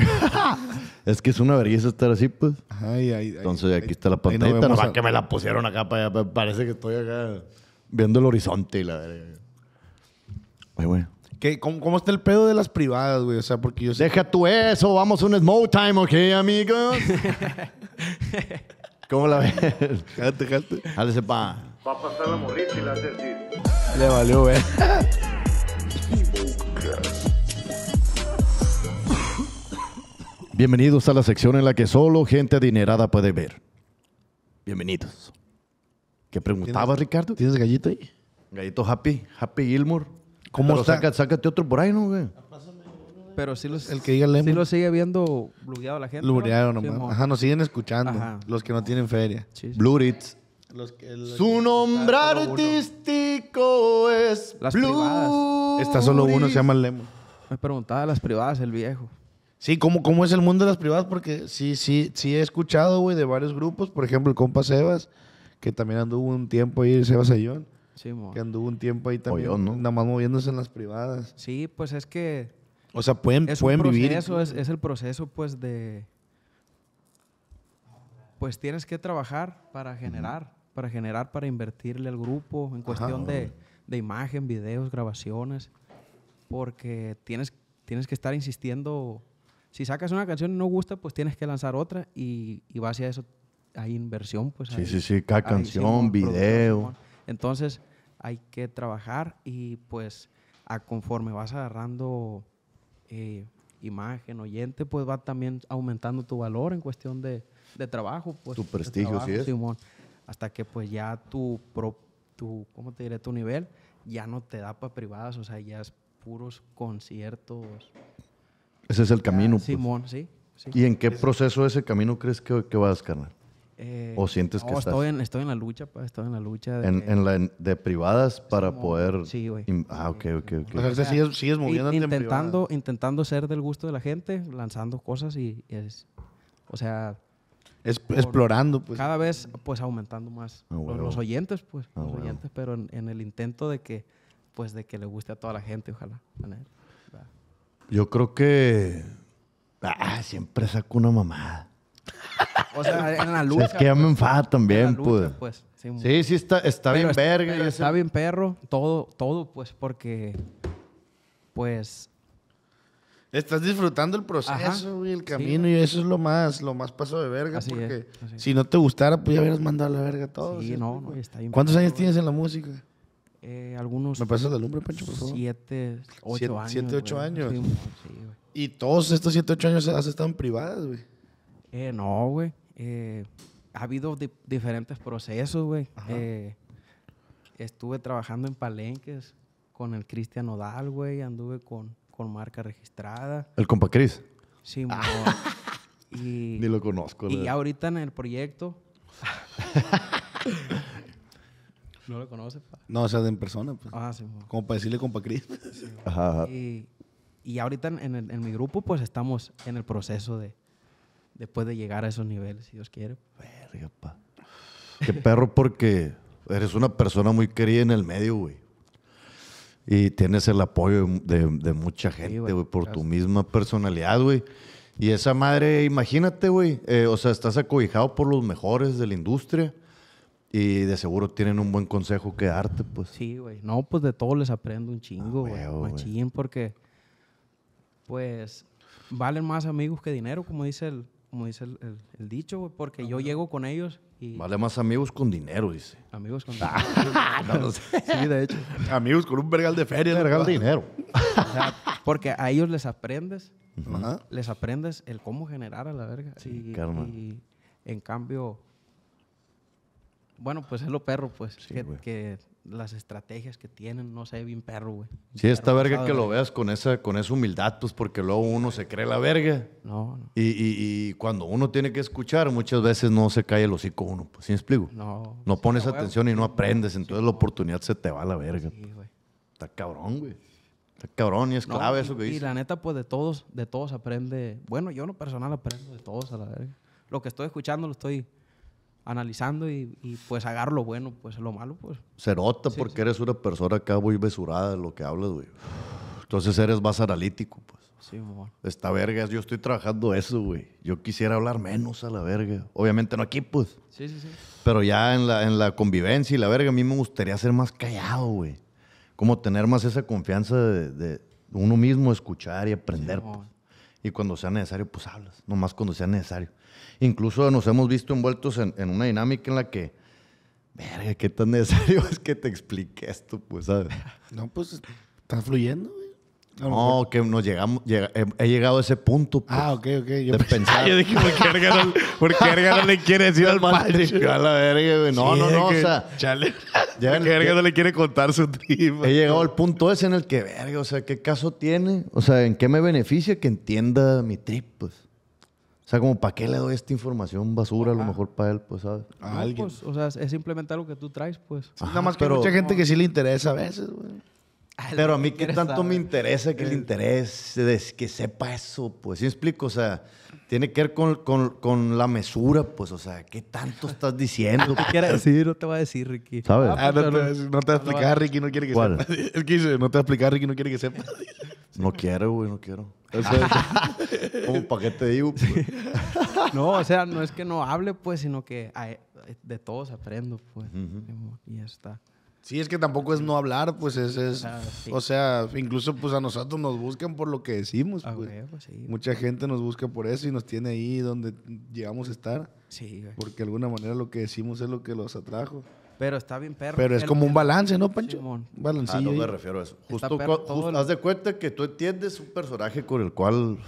es que es una vergüenza estar así, pues. Ay, ay, ay. Entonces aquí está la ahí no pantallita. vemos nomás a- que me la pusieron acá para allá. Parece que estoy acá viendo el horizonte y la verga. Oye, güey. ¿Qué- cómo, cómo está el pedo de las privadas, güey? O sea, porque yo sé Deja tú eso. Vamos a un smoke time, ¿ok, amigos? ¿Cómo la ves? Jálate, jálate. Hálese pa. Va a pasar la morrita y le vas a decir. Le valió, güey. Bienvenidos a la sección en la que solo gente adinerada puede ver. Bienvenidos. ¿Qué preguntabas, Ricardo? ¿Tienes gallito ahí? Gallito Happy, Happy Gilmore. ¿Cómo Pero está? saca- sácate otro por ahí, ¿no, güey? Pero sí, los, El que diga sí lemon. lo sigue viendo blugueado la gente. ¿no? Lurearon Sí, mo- nomás. Ajá, nos siguen escuchando. Ajá. Los que no tienen feria. Sí, sí. Blue Ritz. Los que, Su nombre artístico es Las Blue privadas. Está solo uno, se llama Lemon. Me preguntaba de las privadas el viejo. Sí, ¿cómo, ¿cómo es el mundo de las privadas? Porque sí, sí, sí he escuchado, güey, de varios grupos. Por ejemplo, el compa Sebas, que también anduvo un tiempo ahí, Sebas Ayón, Sí, mo. que anduvo un tiempo ahí también, Ayón, ¿no? nada más moviéndose en las privadas. sí, pues es que O sea, pueden, es un pueden vivir. proceso, es, es el proceso, pues, de... Pues tienes que trabajar para generar, para generar, para invertirle al grupo en cuestión de, de imagen, videos, grabaciones, porque tienes, tienes que estar insistiendo. Si sacas una canción y no gusta, pues tienes que lanzar otra y, y va hacia eso. Hay inversión, pues. Sí, hay- sí, sí, cada hay, canción, Simón, producción, video. Simón. Entonces hay que trabajar y pues a conforme vas agarrando eh, imagen, oyente, pues va también aumentando tu valor en cuestión de, de trabajo. Pues, Tu de prestigio, trabajo, sí es. Simón. hasta que pues ya tu, pro- tu, ¿cómo te diré? Tu nivel ya no te da para privadas, o sea, ya es puros conciertos. Ese es el camino. pues. Simón, sí. sí. ¿Y en qué proceso de ese camino crees que, que vas, carnal? Eh, o sientes que no, estás- Estoy en, estoy en la lucha, pa, estoy en la lucha. de En, que- en la en- de privadas para Simón. poder. Eh, Sí, güey. im- Ah, ok, ok, ok. O sea, te sigues, sigues I- moviéndote en intentando, intentando ser del gusto de la gente, lanzando cosas y, y es, o sea, privada. Es- explorando, pues. cada vez pues aumentando más Ah, lo- huevo. los oyentes, pues, Ah, los huevo. oyentes, pero en, en el intento de que, pues, de que le guste a toda la gente, ojalá. la neta. Va. Yo creo que. Ah, siempre saco una mamada. O sea, en la O lucha. sea, es que ya me pues, enfada en la también, lucha, pues. pues, sí, mu- Sí, sí, está, está Pero bien es- verga. pero y ese- está bien perro, todo, todo, pues, porque, pues, Estás disfrutando el proceso, güey, el camino, y eso es lo más, lo más paso de verga, Así es, porque así es. si no te gustara, pues ya hubieras mandado a la verga Oh, todo. sí, ¿sí? no, no, está bien ¿Cuántos perro, años güey. tienes en la música? Eh, algunos... ¿Me pasas la lumbre, Pancho, por favor? Siete, ocho Siete- años. siete, ocho güey. años. Sí, mo- sí, güey. Y todos estos 7, 8 años has estado en privadas, güey. Eh, no, güey. Eh, ha habido di- diferentes procesos, güey. Eh, estuve trabajando en palenques con el Cristian Odal, güey. Anduve con, con marca registrada. El compa Cris. Sí, mo- y, Ni lo conozco. y la- ya ahorita en el proyecto. no lo conoces, pa. No, o sea, de en persona, pues. Ah, sí, mo. Como para decirle compa Cris. Ajá, Ah. ajá. Y, y ahorita en, en el- en mi grupo, pues estamos en el proceso de después de llegar a esos niveles, si Dios quiere. Verga, pa. Qué perro, porque eres una persona muy querida en el medio, güey. Y tienes el apoyo de, de- de mucha gente, güey, güey, por tu gracias. misma personalidad, güey. Y esa madre, imagínate, güey. eh, o sea, estás acobijado por los mejores de la industria. Y de seguro tienen un buen consejo que darte, pues. Sí, güey. No, pues de todo les aprendo un chingo, güey. Ah, huevo, güey. Machín, porque pues valen más amigos que dinero, como dice el, como dice el, el- el dicho, güey. Porque yo llego con ellos y Vale Ah. más amigos con dinero, dice. amigos con Ah, Sí, de hecho. Amigos con un vergal de feria. Verga el dinero. O sea, porque a ellos les aprendes, Ajá. les aprendes el cómo generar a la verga. y, carnal. y en cambio, bueno, pues es lo perro, pues. Sí, que, güey. que las estrategias que tienen, no sé, bien perro, güey. Sí, esta Perro verga pasado que de lo verga. veas con esa, con esa humildad, pues, porque luego uno se cree la verga. No, no. Y, y- y cuando uno tiene que escuchar, muchas veces no se cae el hocico uno, pues, ¿sí me explico? No. No pones Sí, a huevo. atención y no aprendes, entonces la oportunidad se te va a la verga. Sí, güey. Está cabrón, güey. Está cabrón y es No, clave y- eso que Y dices. la neta, pues de todos, de todos aprende. Bueno, yo en lo personal aprendo de todos a la verga. Lo que estoy escuchando lo estoy analizando y, y, pues agarro lo bueno, pues lo malo, pues. Se nota porque eres una persona acá muy mesurada en lo que hablas, güey. Entonces eres más analítico, pues. Sí, mamón. Esta verga, yo estoy trabajando eso, güey. Yo quisiera hablar menos a la verga. Obviamente no aquí, pues. Sí, sí, sí. Pero ya en la, en la convivencia y la verga, a mí me gustaría ser más callado, güey. Como tener más esa confianza de, de uno mismo, escuchar y aprender. pues. Simón. Y cuando sea necesario, pues hablas. Nomás cuando sea necesario. Incluso nos hemos visto envueltos en, en una dinámica en la que, verga, qué tan necesario es que te explique esto, pues, ¿sabes? No, pues está fluyendo, güey. A lo mejor- No, que nos llegamos, llega- he, he llegado a ese punto, pues, Ah, ok, ok. Yo de pensé- pensar. Yo dije, ¿por qué verga no, por qué verga no le quiere decir al Madre, Pancho? a la verga, güey. No, Sí, no, de no, o que, sea. Chale. Ya ¿Por en- qué verga ya- no le quiere contar su trip? He llegado al punto ese en el que, verga, o sea, ¿qué caso tiene? O sea, ¿en qué me beneficia que entienda mi trip, pues? O sea, como, ¿para qué le doy esta información basura? A lo mejor para él, pues, ¿sabes? A No, alguien. pues, o sea, es simplemente algo que tú traes, pues. Ajá, Nada más que pero- mucha gente que sí le interesa a veces, güey. Ah, Pero a mí qué quieres tanto me saber. interesa que le interese, des- que sepa eso, pues. ¿Sí me explico? O sea, tiene que ver con, con- con la mesura, pues. O sea, ¿qué tanto estás diciendo? Lo que quiera decir, no te va a decir, Ricky. pues, ¿Sabes? Ah, Ah, no te, no te va a explicar, Ricky no quiere que ¿Cuál? sepa. Es que dice, no te va a explicar, Ricky no quiere que sepa. No quiero, güey, no quiero. ¿Cómo para qué te digo? pues? No, o sea, no es que no hable, pues, sino que ay, de todos aprendo, pues. Y ya está. Pues, Sí, es que tampoco es no hablar, pues es, es- Ah, sí. o sea, incluso pues a nosotros nos buscan por lo que decimos, Ah, pues. huevo, sí. Mucha gente nos busca por eso y nos tiene ahí donde llegamos a estar, Sí, güey. porque de alguna manera lo que decimos es lo que los atrajo. Pero está bien perro. Pero es El- como un balance, ¿no, Pancho? Simón. Un Ah, no balancillo. me ahí. refiero a eso. Está Justo, perro cua- todo jus- el- haz de cuenta que tú entiendes un personaje con el cual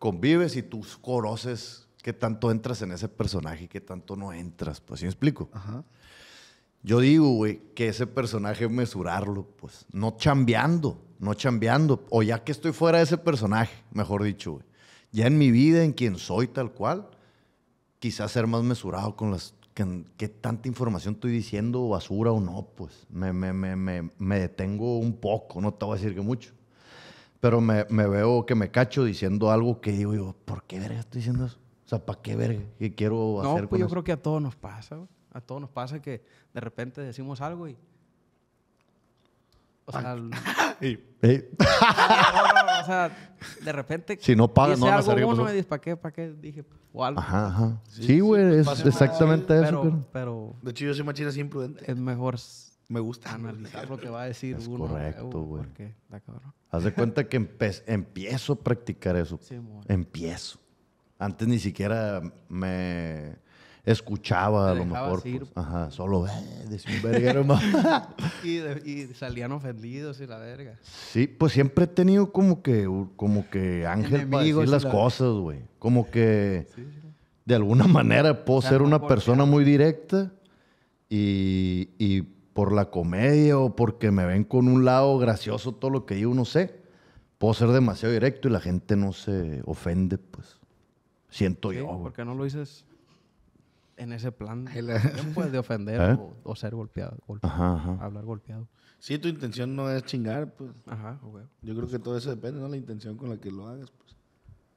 convives y tú conoces qué tanto entras en ese personaje y qué tanto no entras. Pues sí me explico. Ajá. Yo digo, güey, que ese personaje mesurarlo, pues, no chambeando, no chambeando. O ya que estoy fuera de ese personaje, mejor dicho, güey. Ya en mi vida, en quien soy tal cual, quizás ser más mesurado con las con qué tanta información estoy diciendo, basura o no, pues. Me, me, me, me, me detengo un poco, no te voy a decir que mucho. Pero me, me veo que me cacho diciendo algo que digo yo, ¿por qué verga estoy diciendo eso? O sea, ¿para qué verga? ¿Qué quiero No, hacer pues con yo eso? creo que a todos nos pasa, güey. A todos nos pasa que de repente decimos algo y. O sea, l- Eh, o sea, de repente. Si no pagas, dice no van a algo saber qué uno pasó. y dices, ¿para qué? ¿Para qué? Dije, o algo. Ajá, ajá. Sí, pues güey, es pasa más, exactamente eso. Pero, pero- pero De hecho, yo soy machina así imprudente. es mejor s- Me Ah, gusta. analizar lo que va a decir Es uno. correcto, güey. Porque está cabrón. Haz de cuenta que empe- empiezo a practicar eso. Sí, amor. empiezo. Antes ni siquiera me escuchaba, a Te lo dejabas mejor. ir. pues. Ajá, solo eh, decía un verguero más. Y, de- y salían ofendidos y la verga. Sí, pues siempre he tenido como que, como que ángel para decir Enemigos y las la- cosas, güey. Como que de alguna manera puedo sea, ser no una por- persona muy directa y, y por la comedia o porque me ven con un lado gracioso todo lo que digo, no sé. Puedo ser demasiado directo y la gente no se ofende, pues. Siento Sí, Pues yo, güey. porque no lo dices en ese plan Ay, la- también, pues, de ofender ¿Eh? o, o ser golpeado, golpeado, Ajá, ajá. hablar golpeado. Sí, tu intención no es chingar, pues. Ajá, güey. Yo creo que todo eso depende, ¿no? La intención con la que lo hagas, pues.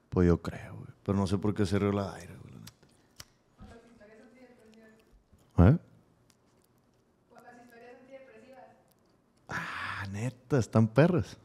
Pues yo creo, güey. Pero no sé por qué se rió la aire, güey. la neta. ¿Eh? Pues Ah, neta, están perras.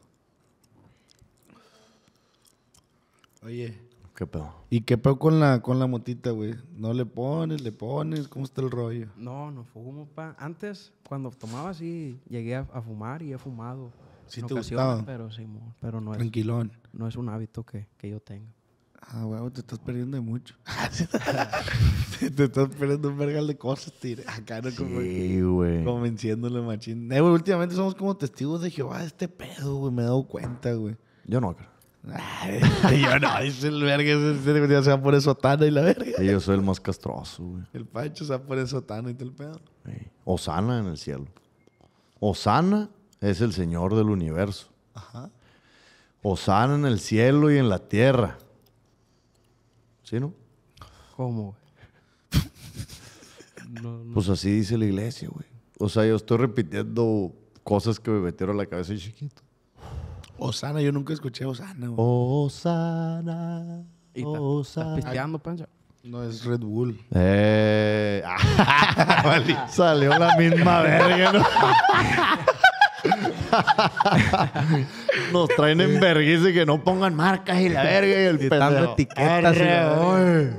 Oye. ¿Qué pedo? ¿Y qué peor con la, con la motita, güey? ¿No le pones, le pones? ¿Cómo está el rollo? No, no fumo, pa. Antes, cuando tomaba, sí, llegué a, a fumar y he fumado. Sí en te ocasiones, gustaba. Pero sí, mo- pero no es, Tranquilón. no es un hábito que, que yo tenga. Ah, huevo, te estás perdiendo de mucho. te, te estás perdiendo un vergal de cosas, tira. Acá no como, Sí, güey. convenciéndole, machín. Eh, güey, últimamente somos como testigos de Jehová de este pedo, güey. Me he dado cuenta, güey. Yo no creo. Ay, yo no, es el verga, ese- ese güey ya se va por el sotana y la verga. Sí, Yo soy el más castroso, güey. El Pancho se va por el sotana y todo el pedo. Sí. Osana en el cielo. Osana es el Señor del universo. Ajá. Osana en el cielo y en la tierra. ¿Sí, no? ¿Cómo, güey? No, no. Pues así dice la iglesia, güey. O sea, yo estoy repitiendo cosas que me metieron a la cabeza de chiquito. Osana, yo nunca escuché Osana, güey. Osana. Y ta- Oh, estás Osana. pisteando, pancha. No, es Red Bull. Eh, valí, salió la misma verga, ¿no? Nos traen en vergüenza y que no pongan marcas y la verga y el Quitando pendejo. etiquetas y la Arre, oy.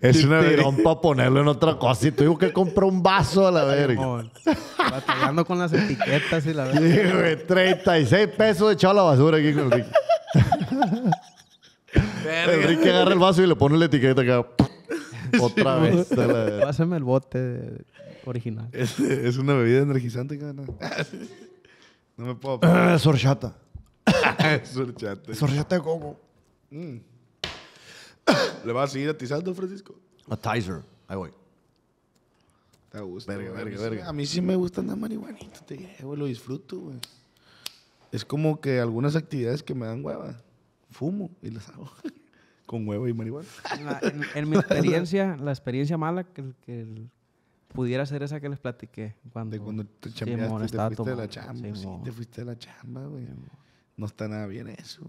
Es una vergüenza para ponerlo en otra cosa. Y digo que compró un vaso a la verga. Simón. Batallando con las etiquetas y la Sí, verga. güey, 36 pesos echado a la basura aquí con Enrique. Enrique agarra el vaso y le pone la etiqueta acá. Otra vez. a la verga. Pásame el bote original. Es, es una bebida energizante, cabrón. No me puedo parar. Eh, Ah, Es horchata. Es horchata. Es horchata de coco. ¿Le vas a seguir atizando, Francisco? A Tizer. Ahí voy. Te gusta. Verga, güey. A mí verga, sí- verga. A mí sí me gusta andar marihuanito, te diré, güey. Lo disfruto, güey. Es como que algunas actividades que me dan hueva. Fumo y las hago. Con huevo y marihuana. En, la- en- en mi experiencia, la experiencia mala que, que el- pudiera ser esa que les platiqué. Cuando, De cuando te Simón, chambeaste, y te estaba fuiste de la tomando, chamba. Sí, Simón. te fuiste de la chamba, güey. No está nada bien eso.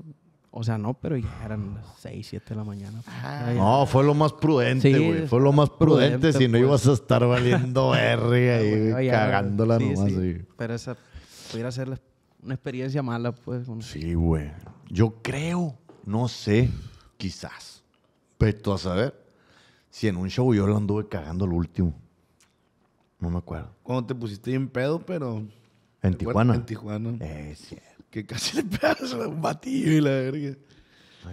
O sea, no, pero ya eran las 6, 7 de la mañana. pues. Ya, ya. No, fue lo más prudente, Sí, güey. fue lo más prudente, prudente, si no pues. ibas a estar valiendo verga Ya, y ya, ya. cagándola Sí, nomás. sí. güey. Pero esa pudiera ser la, una experiencia mala, pues. una- Sí, güey. Yo creo, no sé, quizás. Pero a saber si en un show yo lo anduve cagando al último. No me acuerdo. Cuando te pusiste bien pedo, pero. En Tijuana. En Tijuana. Eh, sí, Que casi le pegas a un batillo y la verga.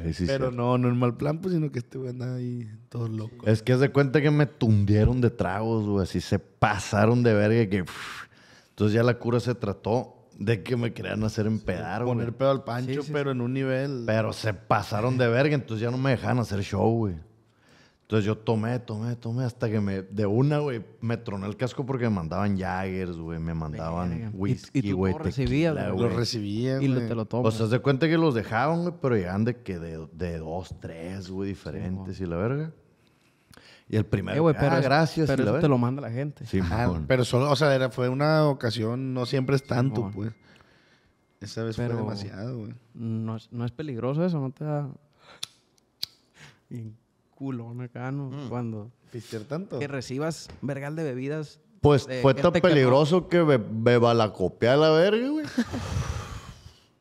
eh, sí, pero sí. no, no en mal plan, pues, sino que este güey anda ahí todo loco. Es que se cuenta que me tundieron de tragos, güey. Así se pasaron de verga que. pff. Entonces ya la cura se trató de que me querían hacer empedar, güey. Poner pedo al pancho, pero en un nivel. Pero se pasaron de verga, entonces ya no me dejaban hacer show, güey. Entonces yo tomé, tomé, tomé, hasta que me, de una, güey, me troné el casco porque me mandaban Jaggers, güey, me Verga. mandaban Y- y tú whisky, no güey, recibías, tequila, güey. lo güey. recibía, Y lo- güey. te lo O tomas. sea, se cuenta que los dejaban, güey, pero llegaban de que de, de dos, tres, güey, diferentes y la verga. Y el primero, Eh, güey, ah, pero es- gracias, pero y la eso verga. te lo manda la gente. Sí, Ah, mamón. pero solo, o sea, era, fue una ocasión, no siempre es tanto, Simón. pues. Esa vez Pero- fue demasiado, güey. No es, no es peligroso eso, no te da. Bien culón acá, ¿no? Mm. Cuando. ¿Pistear tanto? Oh. Que recibas vergal de bebidas. Pues de fue tan gente que no- peligroso que me, me balacopé a la verga, güey.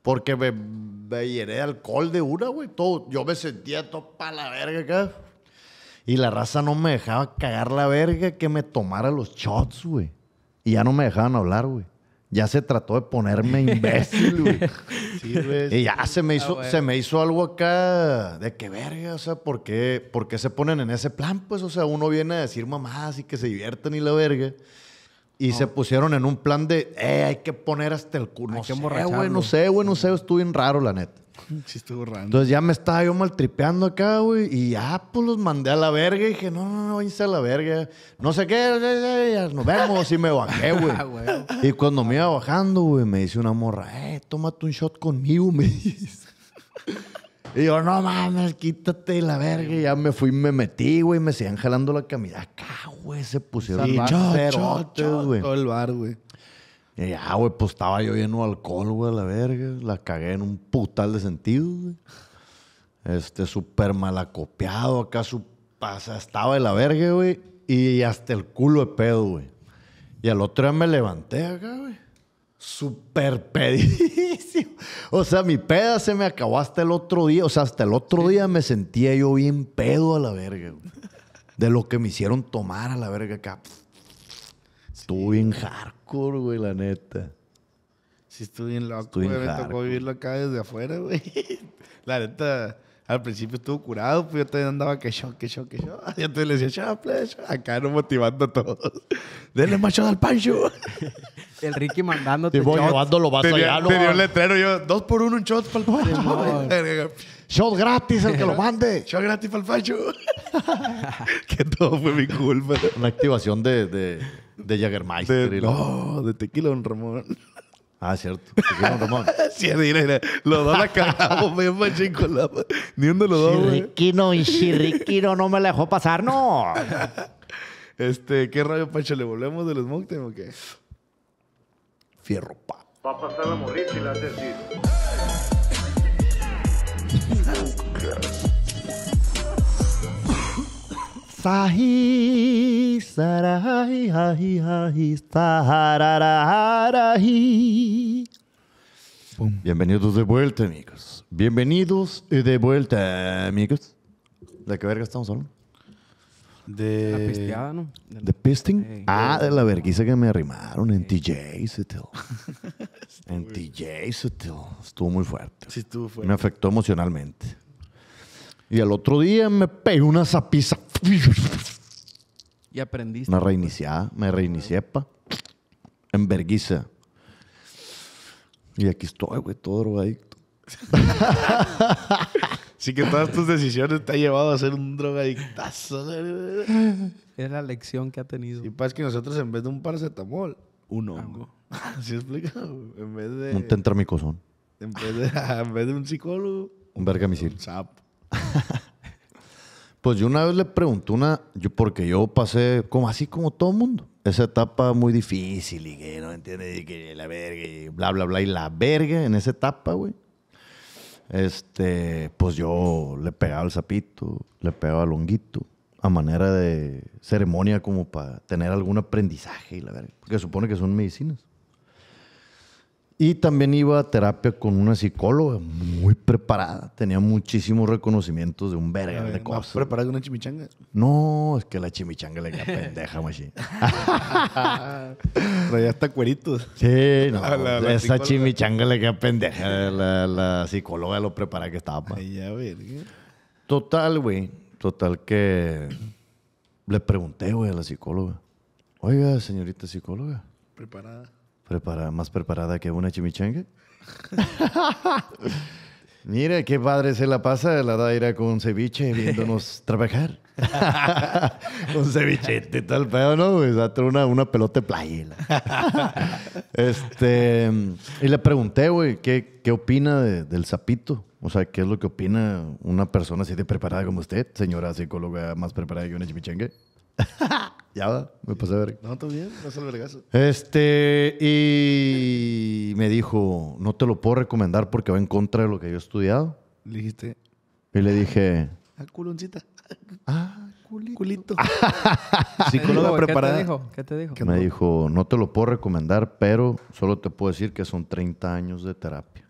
Porque me, me llené de alcohol de una, güey. Todo, yo me sentía todo para la verga acá. Y la raza no me dejaba cagar la verga que me tomara los shots, güey. Y ya no me dejaban hablar, güey. Ya se trató de ponerme imbécil, güey. Sí, güey. Y ya se me hizo, se me hizo algo acá de que verga, o sea, ¿por qué, por qué se ponen en ese plan? Pues, o sea, uno viene a decir mamás y que se diviertan y la verga. Y se pusieron en un plan de, eh, hay que poner hasta el culo. Hay No que sé, güey, emborracharlo. no sé, güey, no sé, Mm. estuve bien raro, la neta. Sí, estuvo rando. Entonces ya me estaba yo maltripeando acá, güey, y ya, pues los mandé a la verga y dije, no, no, no, váyanse a la verga. No sé qué, ya, ya, ya, nos vemos y me bajé, güey. Ah, güey. Y cuando me iba bajando, güey, me dice una morra, eh, tómate un shot conmigo, me dice. Y yo, no mames, quítate la verga. Y ya me fui, me metí, güey, me seguían jalando la camisa. Acá, güey, se pusieron Salvar- cerotes, güey. Todo el bar, güey. Y ya, güey, pues estaba yo lleno de alcohol, güey, a la verga. La cagué en un putal de sentido, güey. Este, súper malacopiado acá, su pasa, estaba de la verga, güey. Y hasta el culo de pedo, güey. Y al otro día me levanté acá, güey. Súper pedísimo. O sea, mi peda se me acabó hasta el otro día. O sea, hasta el otro día me sentía yo bien pedo a la verga, güey. De lo que me hicieron tomar a la verga acá. Estuve bien hardcore, güey, la neta. Sí, estuvo bien loco, Estuvo güey. bien Me tocó hardcore. vivirlo acá desde afuera, güey. La neta, al principio estuvo curado, pues yo todavía andaba que shock, que shock, que shock. Yo te le decía, chaple, acá no motivando a todos. Denle macho al pancho. El Ricky mandándote. Te voy shots. llevando los vasos Tenía, allá, ¿no? tenía un letrero yo, dos por uno, un shot para el pancho. Shot gratis, el que lo mande. Shot gratis para el pancho. que todo fue mi culpa. Una activación de, de, de Jägermeister. De- y la- no, de tequila, don Ramón. Ah, cierto. Te quiero, Ramón. Sí, mira, mira. Los dos la cagamos, bien machín con la... Ni uno de los dos, güey. Chirriquino y Chirriquino no me la dejó pasar, no. Este, ¿qué rayo, Pancho? ¿Le volvemos de los Moncton o qué? Fierro, pa. Va a pasar la morrita y las del CID. Sahi, sarahi, ahi, ahi, sarararahi. Bienvenidos de vuelta, amigos. Bienvenidos de vuelta, amigos. ¿De qué verga estamos hablando? La De... pisteada, ¿no? De- ¿De pisting? Ey. ah, de la vergüenza que me arrimaron en TJ Sutil. en TJ Sutil. Estuvo muy fuerte. Sí, estuvo Me fuerte. afectó emocionalmente. Y al otro día me pegué una zapiza. Y aprendiste. Una reiniciada. Me reinicié, pa. En verguiza. Y aquí estoy, güey, todo drogadicto. Sí que todas tus decisiones te han llevado a ser un drogadictazo. Es la lección que ha tenido. Y pasa que nosotros en vez de un paracetamol, un hongo. ¿Sí me explico? En vez de... Un tentramicosón. En vez de, en vez de un psicólogo, Un verga misil. un sapo. Pues yo una vez le pregunté una, yo, porque yo pasé como así como todo mundo, esa etapa muy difícil y que no entiendes y que la verga y bla, bla, bla, y la verga en esa etapa, güey. Este, pues yo le pegaba al sapito, le pegaba al honguito, a manera de ceremonia como para tener algún aprendizaje y la verga, porque supone que son medicinas. Y también iba a terapia con una psicóloga muy preparada. Tenía muchísimos reconocimientos de un verga de Más cosas. preparada que una chimichanga. No, es que la chimichanga le queda pendeja, machín. Traía hasta cueritos. Sí, no. A la- la esa psicóloga. chimichanga le queda pendeja. La, la psicóloga lo prepara que estaba. pa. Ay, ya, verga. Total, güey. Total que le pregunté, güey, a la psicóloga. Oiga, señorita psicóloga, Preparada. prepara- más preparada que una chimichanga. Mira, qué padre se la pasa la Daira con ceviche viéndonos trabajar. con cevichete y tal pedo, ¿no? güey? O sea, trae una, una pelota de playa. la- este, y le pregunté, güey, ¿qué, qué opina de- del sapito? O sea, ¿qué es lo que opina una persona así de preparada como usted, señora psicóloga más preparada que una chimichengue? ya va, me pasé a ver. No, todo bien, vas al vergazo. Este, y me dijo, no te lo puedo recomendar porque va en contra de lo que yo he estudiado. Le dijiste, Y le dije, ah, culoncita. ah, Culito. Ah. ¿Qué pues, Psicóloga te preparada. dijo? ¿Qué te dijo? me dijo, no te lo puedo recomendar, pero solo te puedo decir que son 30 años de terapia.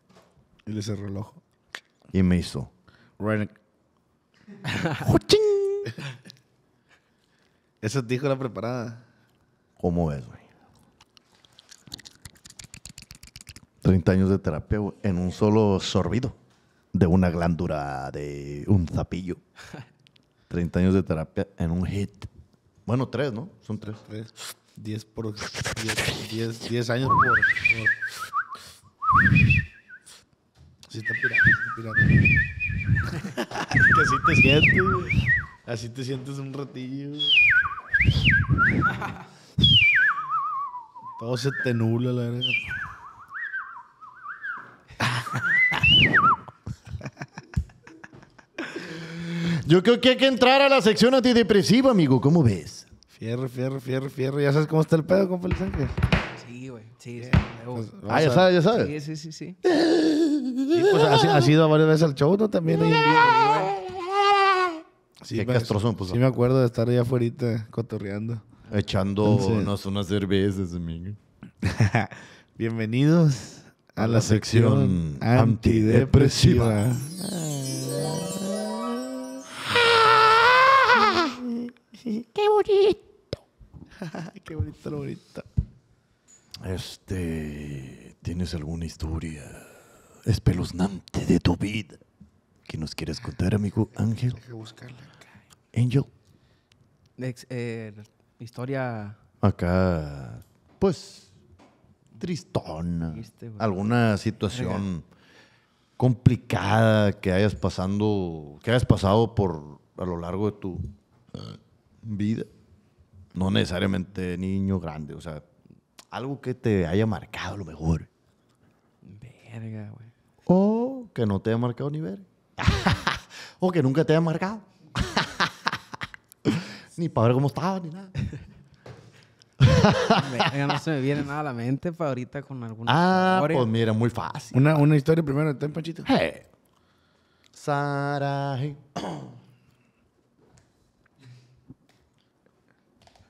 Y le cerró el ojo. Y me hizo, Right. Eso te dijo la preparada. ¿cómo ves, güey? 30 años de terapia güey, en un solo sorbido de una glándula de un zapillo. 30 años de terapia en un hit. Bueno, tres, ¿no? Son tres. 10 por 10, 10, 10 años por. por... Sí, está pirata, está pirata. que así te sientes, güey. Así te sientes un ratillo. güey. Todo se te nubla, la verdad. Yo creo que hay que entrar a la sección antidepresiva, amigo. ¿Cómo ves? Fierro, fierro, fierro, fierro. Ya sabes cómo está el pedo, compa Luis Ángel. Sí, güey. Sí, sí. Pues, huevo. vamos Ah, ya a- sabes, ya sabes. Sí, sí, sí, sí. Sí, pues, has, has ido varias veces al show, ¿no? También. ahí en vivo. Qué me- castroso pues, me puso. Sí, me acuerdo de estar allá afuera cotorreando. Echando Entonces- unas, unas cervezas, amigo. Bienvenidos a, la, la sección sección, antidepresiva. ¡Qué bonito! ¡Qué bonito lo bonito! Este. ¿Tienes alguna historia espeluznante de tu vida que nos quieres contar, amigo Ángel? Hay que buscarla. Angel. Ex- eh, historia. Acá, pues, tristona. Triste, güey. Alguna situación complicada que hayas pasando, que hayas pasado por a lo largo de tu eh, vida. No necesariamente niño grande, o sea, algo que te haya marcado a lo mejor. Verga, güey. O que no te haya marcado ni ver. o que nunca te haya marcado. ni para ver cómo estaba, ni nada. Pues, Verga, no se me viene nada a la mente para ahorita con alguna Ah, historia. pues mira, muy fácil. Una, una historia primero, ¿está en Panchito? Hey. Saraje.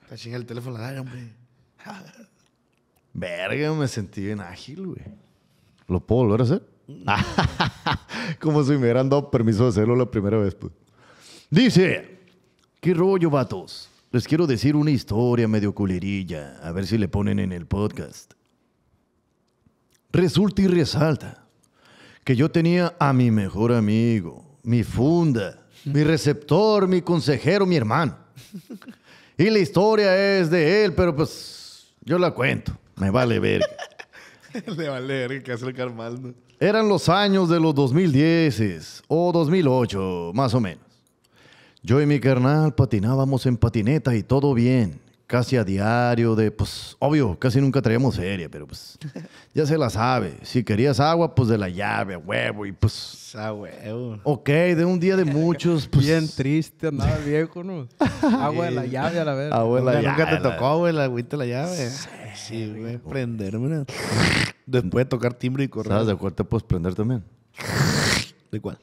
Está chinga el teléfono, dale, hombre. Verga, me sentí bien ágil, güey. ¿Lo puedo volver a hacer? Como si me hubieran dado permiso de hacerlo la primera vez, pues. Dice, ¿qué rollo, vatos? Les quiero decir una historia medio culerilla, a ver si le ponen en el podcast. Resulta y resalta que yo tenía a mi mejor amigo, mi funda, mi receptor, mi consejero, mi hermano. Y la historia es de él, pero pues yo la cuento. Me vale ver. Le vale verga que hace el Carmaldo. Eran los años de los 2010 o 2008, más o menos. Yo y mi carnal patinábamos en patineta y todo bien. Casi a diario de, pues, obvio, casi nunca traíamos feria, pero pues, ya se la sabe. Si querías agua, pues de la llave, a huevo, y pues, Sa huevo. ok, de un día de muchos, pues. Bien triste, andaba el viejo, ¿no? Agua de la llave a la verga. agua de la Nunca, nunca te llave, la- tocó, güey, la agüita de la llave. Sí, güey. Prenderme. ¿no? Después de tocar timbre y correr. ¿Sabes de cuál te puedes prender también? ¿De cuál?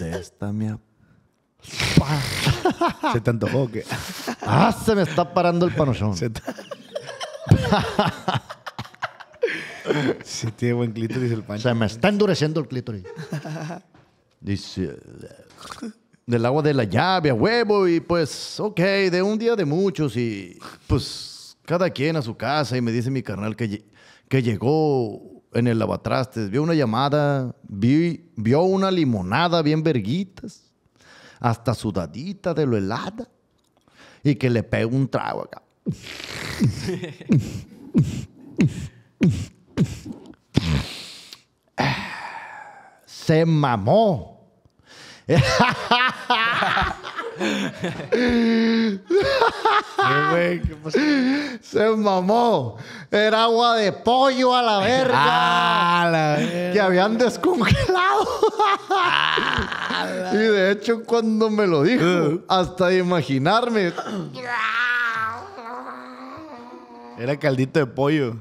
De esta mía. ¿Se te antojó o qué? ¡Ah, se me está parando el panochón! Se te- Sí, tiene buen clítoris el pancho. Se me está endureciendo el clítoris. Dice. Del agua de la llave a huevo y pues, ok, de un día de muchos y pues cada quien a su casa y me dice mi carnal que, lle- que llegó en el lavatrastes, vio una llamada, vi- vio una limonada bien verguitas, hasta sudadita de lo helada y que le pegó un trago acá. Se mamó. ¿Qué, güey? ¿Qué pasó? Se mamó. Era agua de pollo a la verga. Ah, la que verga. habían descongelado. Ah, y de hecho, cuando me lo dijo, Uh. hasta de imaginarme. Era caldito de pollo.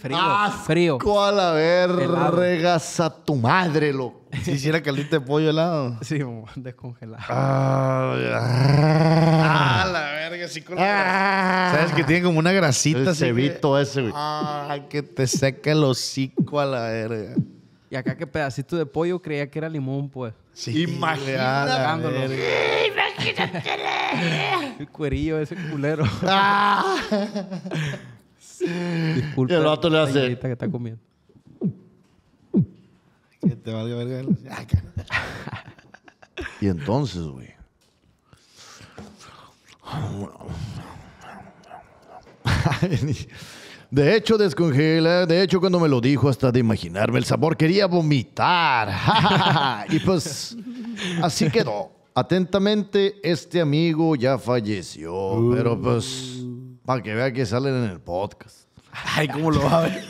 Frío. Ah, Frío. a la Helado. verga, a tu madre, loco. Sí, sí, era caldito de pollo helado. Sí, mamá, descongelado. Ah, la verga, sí con Ah. Sabes que tiene como una grasita El así que- cebito ese, güey. Ah, que te seca el hocico a la verga. Y acá que pedacito de pollo creía que era limón, pues. Sí, Imagínate. la Cagándolo. verga. El cuerillo ese culero. Ah. Disculpe. Y el vato le la hace- galletita que está comiendo. Que te valga verga. Ah, ca- Y entonces, güey. De hecho, descongela. De hecho, cuando me lo dijo, hasta de imaginarme el sabor, quería vomitar. y pues, así quedó. Atentamente, este amigo ya falleció. Pero pues, para que vea que salen en el podcast. Ay, ¿cómo lo va a ver?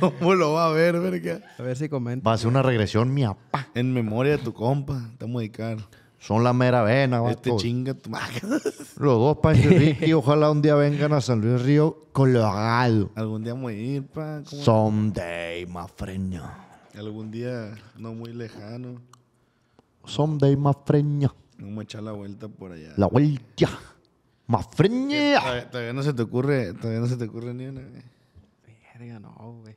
¿Cómo lo va a ver, verga? A ver si comenta. Va a ser una regresión, mi apá. En memoria de tu compa, te vamos a dedicar. Son la mera vena, Este vato. chinga tu madre. Los dos para Enrique y ojalá un día vengan a San Luis Río Colorado. Algún día vamos a ir, pa. ¿cómo? Someday, my friend. Algún día no muy lejano. Someday, my friend. Vamos a echar la vuelta por allá. La vuelta. My friend. Todavía, todavía no se te ocurre, todavía no se te ocurre ni una, güey. Verga, no, güey.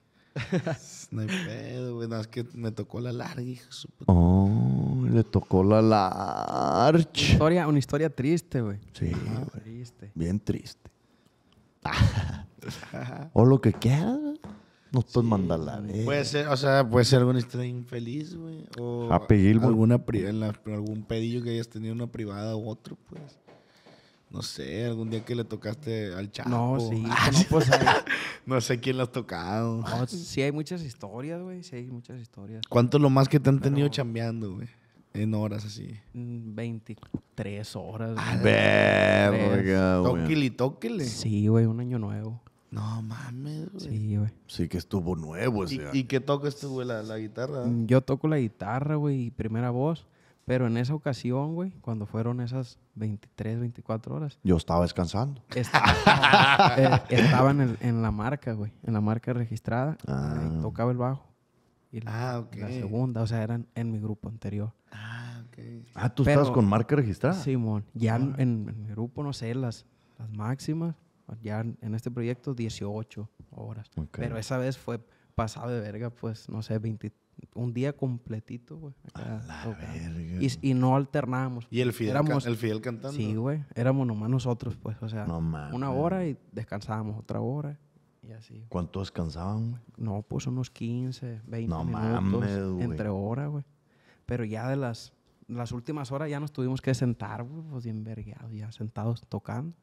No hay pedo, güey. Nada más que me tocó la larga, hijo de su puta. Oh, le tocó la larch. Historia, una historia triste, güey. Ah, Sí, güey, Triste. bien triste. o lo que quieras. Nos puedes mandar la verga. Puede ser, o sea, puede ser alguna historia infeliz, güey. O Happy Gilmore. alguna pri- en la- algún pedillo que hayas tenido una privada u otro, pues. No sé, algún día que le tocaste al chapo. No, sí. Ah, No, pues, hay- No sé quién lo has tocado. no, sí hay muchas historias, güey. Sí hay muchas historias. ¿Cuánto es lo más que te han tenido chambeando, güey? En horas así. Mm, 23 horas. güey. Verga, Ah, güey. Tóquele y tóquele. Sí, güey, un año nuevo. No mames, güey. Sí, güey. Sí que estuvo nuevo ese ¿Y, y qué tocas tú, güey? La, la guitarra. Mm, Yo toco la guitarra, güey, y primera voz. Pero en esa ocasión, güey, cuando fueron esas 23, 24 horas, Yo estaba descansando. est- eh, estaba en, el- en la marca, güey, en la marca registrada. Ah. y tocaba el bajo. Y la, Ah, ok. la segunda, o sea, eran en mi grupo anterior. Ah, ok. Ah, tú Pero- estabas con marca registrada. Simón, ya en, en- en mi grupo, no sé, las, las máximas, ya en en este proyecto 18 horas. Ok. Pero esa vez fue pasado de verga, pues, no sé, 20, un día completito, güey. acá tocando. verga, Y, s- y no alternábamos. ¿Y el Fidel, ca- Éramos- el Fidel cantando? Sí, güey, éramos nomás nosotros, pues, o sea, No mames. una hora y descansábamos otra hora y así. ¿Cuánto descansaban, güey? No, pues unos 15, 20 No minutos mames, güey. entre horas, güey. Pero ya de las, las últimas horas ya nos tuvimos que sentar, güey, pues bien vergueados, ya sentados tocando.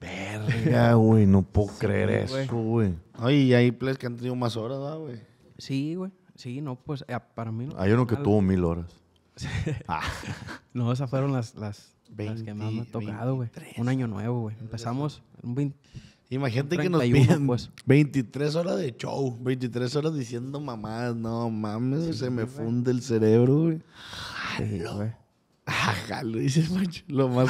Verga, güey, no puedo creer güey. eso, güey. Ay, y hay players que han tenido más horas, ¿verdad, güey? Sí, güey. Sí, no, pues eh, para mí no. Hay uno que personal, Ah, tuvo mil horas. Ah, No, esas fueron las, las, las que más me han 20, tocado, güey. Un año nuevo, güey. Empezamos un 20 Imagínate que nos 31, piden pues. 23 horas de show, 23 horas diciendo mamadas. No mames, se me funde el cerebro, güey. sí, güey. Ajá, lo dice el macho. Lo más.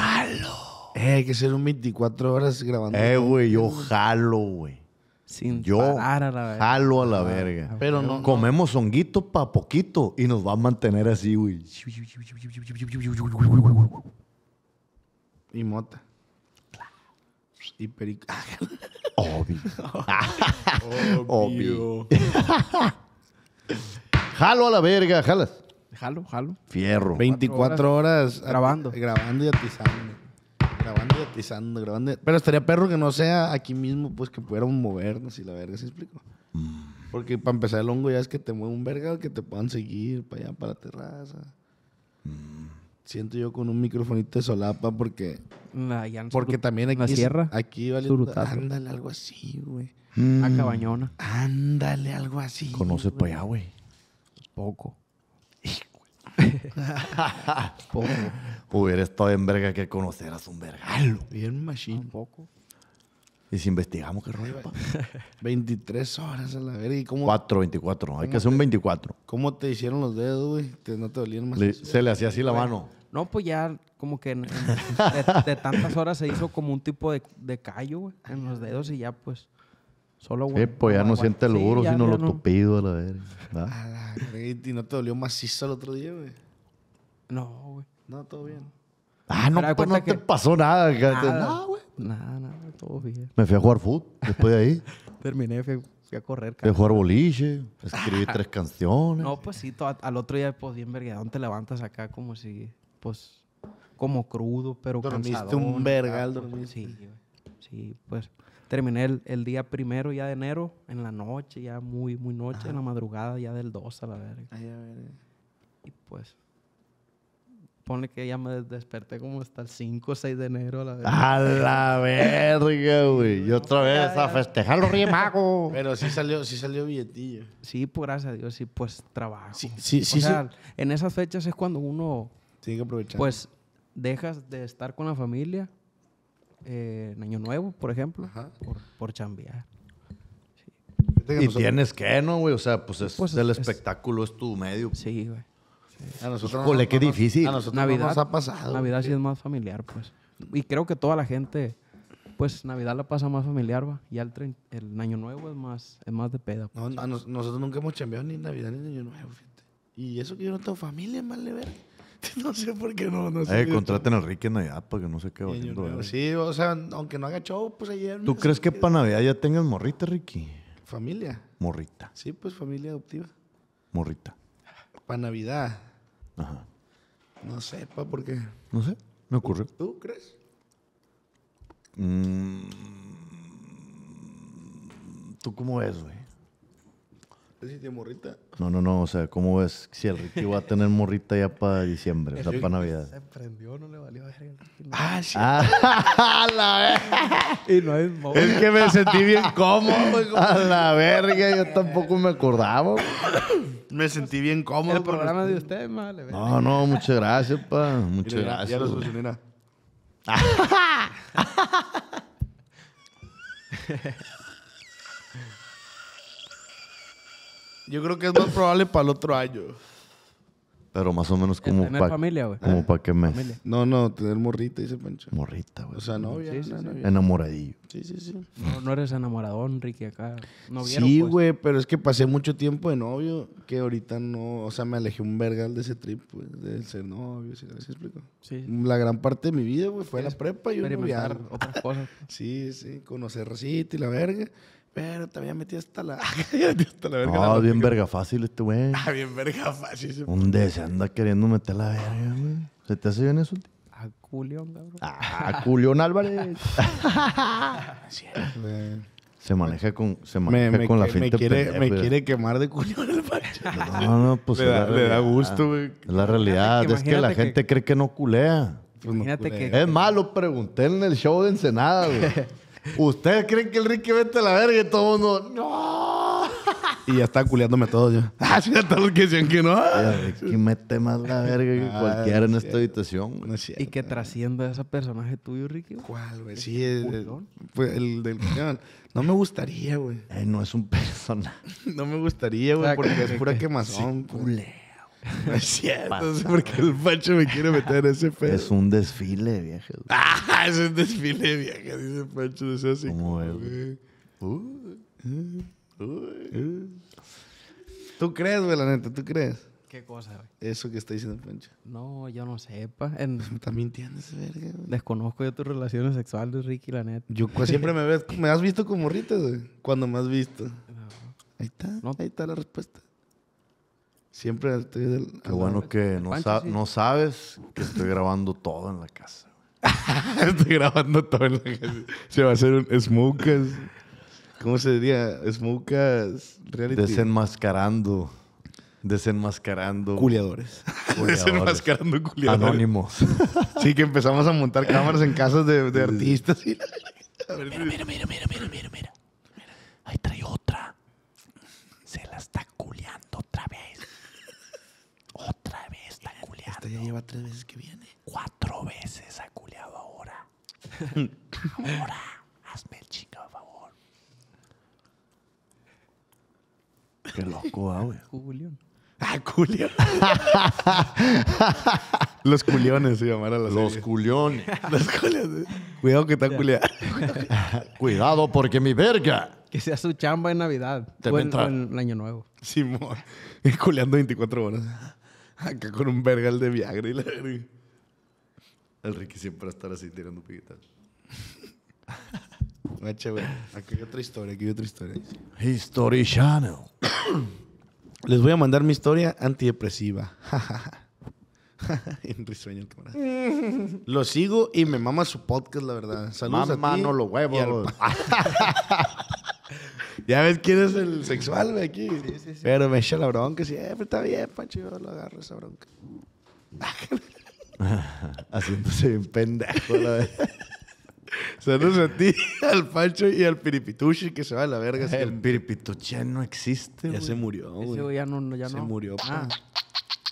Eh, hay que ser un 24 horas grabando. eh, güey, yo jalo, güey. Sin Yo parar a la Ah, vez. jalo a la verga. Pero no. Comemos honguito pa' poquito y nos va a mantener así, güey. Ah, Y mota. Y perico. Obvio. Obvio. Jalo a la verga, jalas. Jalo, jalo. Fierro. 24 horas. ati- Grabando. Grabando y atizando. Grabando y atizando, grabando. y- Pero estaría perro que no sea aquí mismo, pues que pudiéramos movernos y la verga, ¿se explico? Porque para empezar el hongo ya es que te mueve un verga que te puedan seguir para allá, para la terraza. Siento yo con un microfonito de solapa porque La- allá en porque Suru- también en aquí La sierra. aquí valiendo, Surutato. ándale algo así, güey. Mm. A Cabañona. Ándale algo así. Conoces para allá, güey. Poco. Hubiera estado en verga que conoceras un vergalo. Bien machine. Poco. Y si investigamos qué rollo. pa. 23 horas a la verga y cómo Cuatro, 24. Hay que hacer un 24. ¿Cómo te hicieron los dedos, güey? ¿Te- ¿No te dolían más? Le- se le hacía así la mano. No, pues ya como que en- en- de, de tantas horas se hizo como un tipo de, de callo, güey, en los dedos y ya pues solo Eh, pues ya no siente el duro, sino lo topé. tupido a la verga. Ah, ¿verdad? A la verga, Ah, ¿Y no te dolió macizo el otro día, güey? No, güey. No, todo bien. Ah, no, Pero da pues no cuenta te que- pasó nada. que- Nada. No, güey. Nada, nada, todo bien. Me fui a jugar fútbol. Después de ahí, Terminé, fui, fui a correr. fui a cara. jugar boliche. Escribí tres canciones. No, pues sí, to- al otro día pues bien verguedón te levantas acá como si, pues, como crudo, pero Dormiste cansadón, un acá, vergal, pues, dormiste. Sí, güey. sí, pues terminé el, el día primero ya de enero, en la noche, ya muy, muy noche, en la madrugada ya del 2 a la verga. Ay, a ver. eh. Y pues, pone que ya me desperté como hasta el 5 o 6 de enero a la Ah. verga. A la verga, güey. Y otra vez a festejar los Reyes Magos. Pero sí salió, sí salió billetillo. Sí, pues gracias a Dios, sí, pues trabajo. Sí, sí, o sí, sí. sea, en esas fechas es cuando uno Tiene que aprovechar. pues dejas de estar con la familia eh, en Año Nuevo, por ejemplo, por, por chambear. Fíjate que Y nosotros- tienes que, ¿no, güey? O sea, pues es Pues es- el es- espectáculo, es tu medio. Sí, güey. A nosotros no Híjole, nos- qué no nos- difícil. A nosotros no Navidad nos ha pasado. Navidad sí es más familiar, pues. Y creo que toda la gente, pues Navidad la pasa más familiar, va. Y el, trein- el Año Nuevo es más, es más de peda. No, a nos- nosotros nunca hemos chambeado ni en Navidad ni en Año Nuevo, fíjate. Y eso que yo no tengo familia, vale ver. No sé por qué no, no sé. Eh, contraten a Enrique en Navidad para que no se quede Ni Año valiendo, Nuevo. verga. Sí, o sea, aunque no haga show, pues ayer. ¿Tú crees que para Navidad ya tengas morrita, Ricky? Familia. Morrita, Sí, pues familia adoptiva. morrita. Para Navidad. Ajá. No sé, pa, ¿por qué? No sé, me ocurre. ¿Tú crees? Mm, ¿Tú cómo ves, güey? Si te morrita. No, no, no, o sea, ¿cómo ves si el Ricky va a tener morrita ya para diciembre, o sea, para Navidad? prendió, no le valió verga. Ah, sí. Ah, a la verga. Y no es mo- Es que me sentí bien cómodo, güey. A la verga, yo tampoco me acordaba. güey. Me sentí bien cómodo. el programa de ustedes, vale. verga. No, no, muchas gracias, pa. Muchas Mira, ya gracias. lo güey. solucioné. mira. Yo creo que es más probable para el otro año. Pero más o menos El como tener pa- Ah. familia, güey. Como para qué mes. Familia. No, no, tener morrita, dice Pancho. Morrita, güey. O sea, novia. Sí, sí, no, sí. novia. Enamoradillo. Sí, sí, sí. No, no eres enamoradón, Ricky, acá. No vieron, Sí, pues. güey, pero es que pasé mucho tiempo de novio que ahorita no, o sea, me alejé un vergal de ese trip, pues, de ser novio, si se explico. Sí. La gran parte de mi vida, güey, fue la prepa y un Experimentar noviazgo. otras cosas. Sí, sí, conocer Rosita y la verga. Pero te había metido hasta la. ya metí hasta la verga. Ah, la bien botica. verga fácil este güey. Ah, bien verga fácil. sí. ¿Dónde se anda queriendo meter la verga, güey? ¿Se te hace bien eso? tío? A culión, cabrón. Ah, Julián Álvarez. Me- Se maneja con, se Me, maneja me, con la que- me finta quiere, pendeja, me güey. quiere quemar de culo en el pancho. No, no, pues Le es da- la le da realidad. gusto, güey. Es la realidad. que es que la imagínate gente cree que no culea. Pues no, Imagínate culero. que- Es malo, pregunté en el show de Ensenada, güey. ¿Ustedes creen que el Ricky vete a la verga y todo el mundo? ¡No! Y ya está culeándome todo yo. Ah, sí, a todos los que decían que no. El Ricky mete más la verga que Ah, cualquiera en sí. esta habitación. güey. No es cierto. Y que trascienda ese personaje tuyo, Ricky. güey. ¿Cuál, güey? Sí, el, culión? pues, el del culión. No me gustaría, güey. Ay, no es un personaje. No me gustaría, güey, sea, porque que- es que- pura que- quemazón. pues. Culea. No es cierto, sí, porque el Pancho me quiere meter en ese pedo. Es un desfile, viejo. Ah, es un desfile de vieja, dice Pancho. no sea así ¿Cómo como, es, güey. Uy, uy. ¿Tú crees, güey, la neta? ¿Tú crees? ¿Qué cosa, güey. Eso que está diciendo Pancho. No, yo no sepa. En- También entiendes, verga, güey. desconozco yo tus relaciones sexuales, Ricky, la neta. Yo cu- siempre me ves, me has visto como morritas, güey. Cuando me has visto. No. Ahí está, No. ahí está la respuesta. Siempre estoy del. Qué bueno que no, Pancho, sa- sí. no sabes que estoy grabando todo en la casa. estoy grabando todo en la casa. Se va a hacer un Smokas. ¿Cómo se diría? Smokas Reality. Desenmascarando. Desenmascarando. Culeadores. culeadores. Desenmascarando culiadores. Anónimos. Sí, que empezamos a montar cámaras en casas de, de artistas. y la- A ver si- Ahí trae otra. Se la está culeando otra vez. Otra vez está culeando. Esta ya lleva tres veces que viene. Cuatro veces ha culeado ahora. ahora. Hazme el chingado favor. Qué loco, ah, güey. Julián. Ah, culio. Los culiones se llamara la Los serie. culeones. Los culiones. Cuidado que está culiada. Cuidado porque mi verga. Que sea su chamba en Navidad. Te o va a en, entrar. o en el Año Nuevo. Simón. Culeando 24 horas. Acá con un vergal de Viagra y la verga. El Ricky siempre va a estar así tirando piquitas. Macha, güey. Aquí hay otra historia, aquí hay otra historia. History Channel. Les voy a mandar mi historia antidepresiva. en risueño, camarada. Lo sigo y me mama su podcast, la verdad. Saludos a ti. Mamá no lo y al huevos. Ya ves quién es el sexual, güey, aquí. Pero me echa la bronca. Siempre está bien, Pancho. Yo lo agarro esa bronca. Haciéndose bien pendejo. La vez. Saludos a ti, al Pancho y al Piripitushi, que se va a la verga. así El que- piripito ya no existe. ya güey. se murió, Ese güey güey. ya no. Ya Se no. murió, pa. Ah,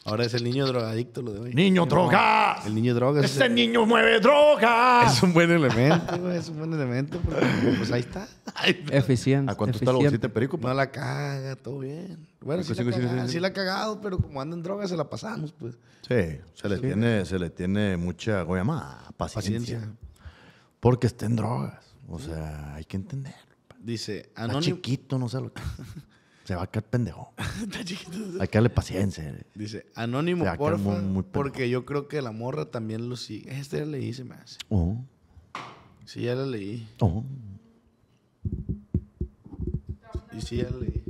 Ahora es el niño drogadicto lo de hoy. Niño drogas. El niño droga. Este niño mueve drogas. Es un buen elemento, güey. Es un buen elemento. porque, pues ahí está. eficiente. ¿A cuánto está la bolsita eficiente. de perico? pa? No la caga, todo bien. Bueno, sí, Cinco, cinco, la cinco, caga- cinco. sí la ha cagado, pero como anda en droga, se la pasamos, pues. Sí, se le, tiene, se le tiene mucha, ¿cómo se llama? Paciencia. Paciencia. Porque está en drogas. O sea, hay que entender. pa. Dice, Está anónimo. chiquito, no sé lo que... Se va a caer pendejo. Está chiquito. Hay que darle paciencia. Dice, anónimo, Se va a quedar porfa, muy- muy pendejo. porque yo creo que la morra también lo sigue. Este ya le hice más. Ujú, Sí, ya la leí. ujú. Y sí, ya la leí.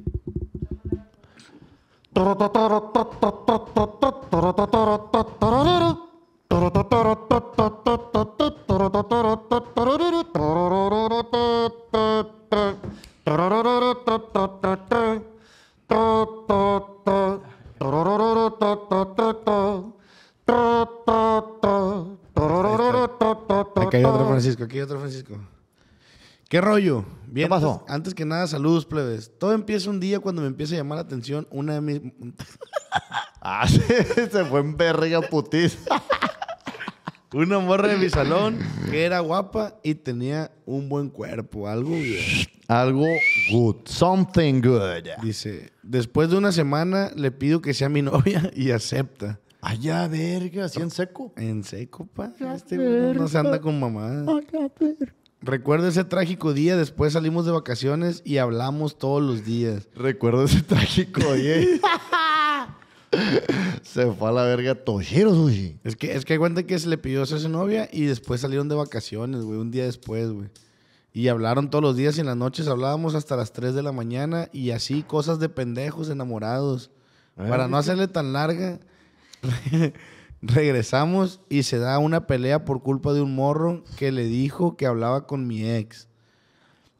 Aquí hay otro Francisco, aquí hay otro Francisco. ¿Qué rollo? Bien, ¿Qué pasó? Antes, antes que nada, saludos, plebes. Todo empieza un día cuando me empieza a llamar la atención una de mis... Ah, sí, se fue en verga putiza. Una morra de mi salón que era guapa y tenía un buen cuerpo, algo bien. Algo good. Something good. Dice, después de una semana le pido que sea mi novia y acepta. Allá, verga, así en seco. En seco, pa. Este güey no se anda con mamá. Recuerdo ese trágico día, después salimos de vacaciones y hablamos todos los días. Recuerdo ese trágico día. se fue a la verga Toshiro Sushi. Es que, es que hay cuenta que se le pidió ser su novia y después salieron de vacaciones, güey, un día después, güey. Y hablaron todos los días y en las noches hablábamos hasta las 3 de la mañana y así cosas de pendejos enamorados. Para no hacerle tan larga, regresamos y se da una pelea por culpa de un morro que le dijo que hablaba con mi ex.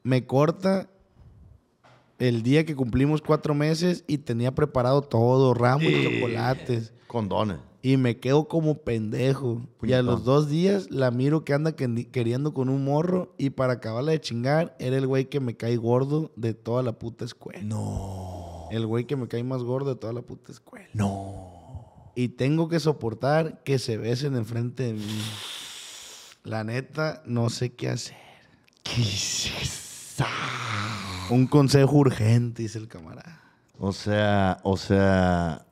Me corta el día que cumplimos cuatro meses y tenía preparado todo, ramos y chocolates. Condones. Y me quedo como pendejo. Y a Puñetón. los dos días la miro que anda quendi- queriendo con un morro. Y para acabarla de chingar, era el güey que me cae gordo de toda la puta escuela. No. El güey que me cae más gordo de toda la puta escuela. No. Y tengo que soportar que se besen enfrente de mí. La neta, no sé qué hacer. ¿Qué es Un consejo urgente, dice el camarada. O sea, o sea,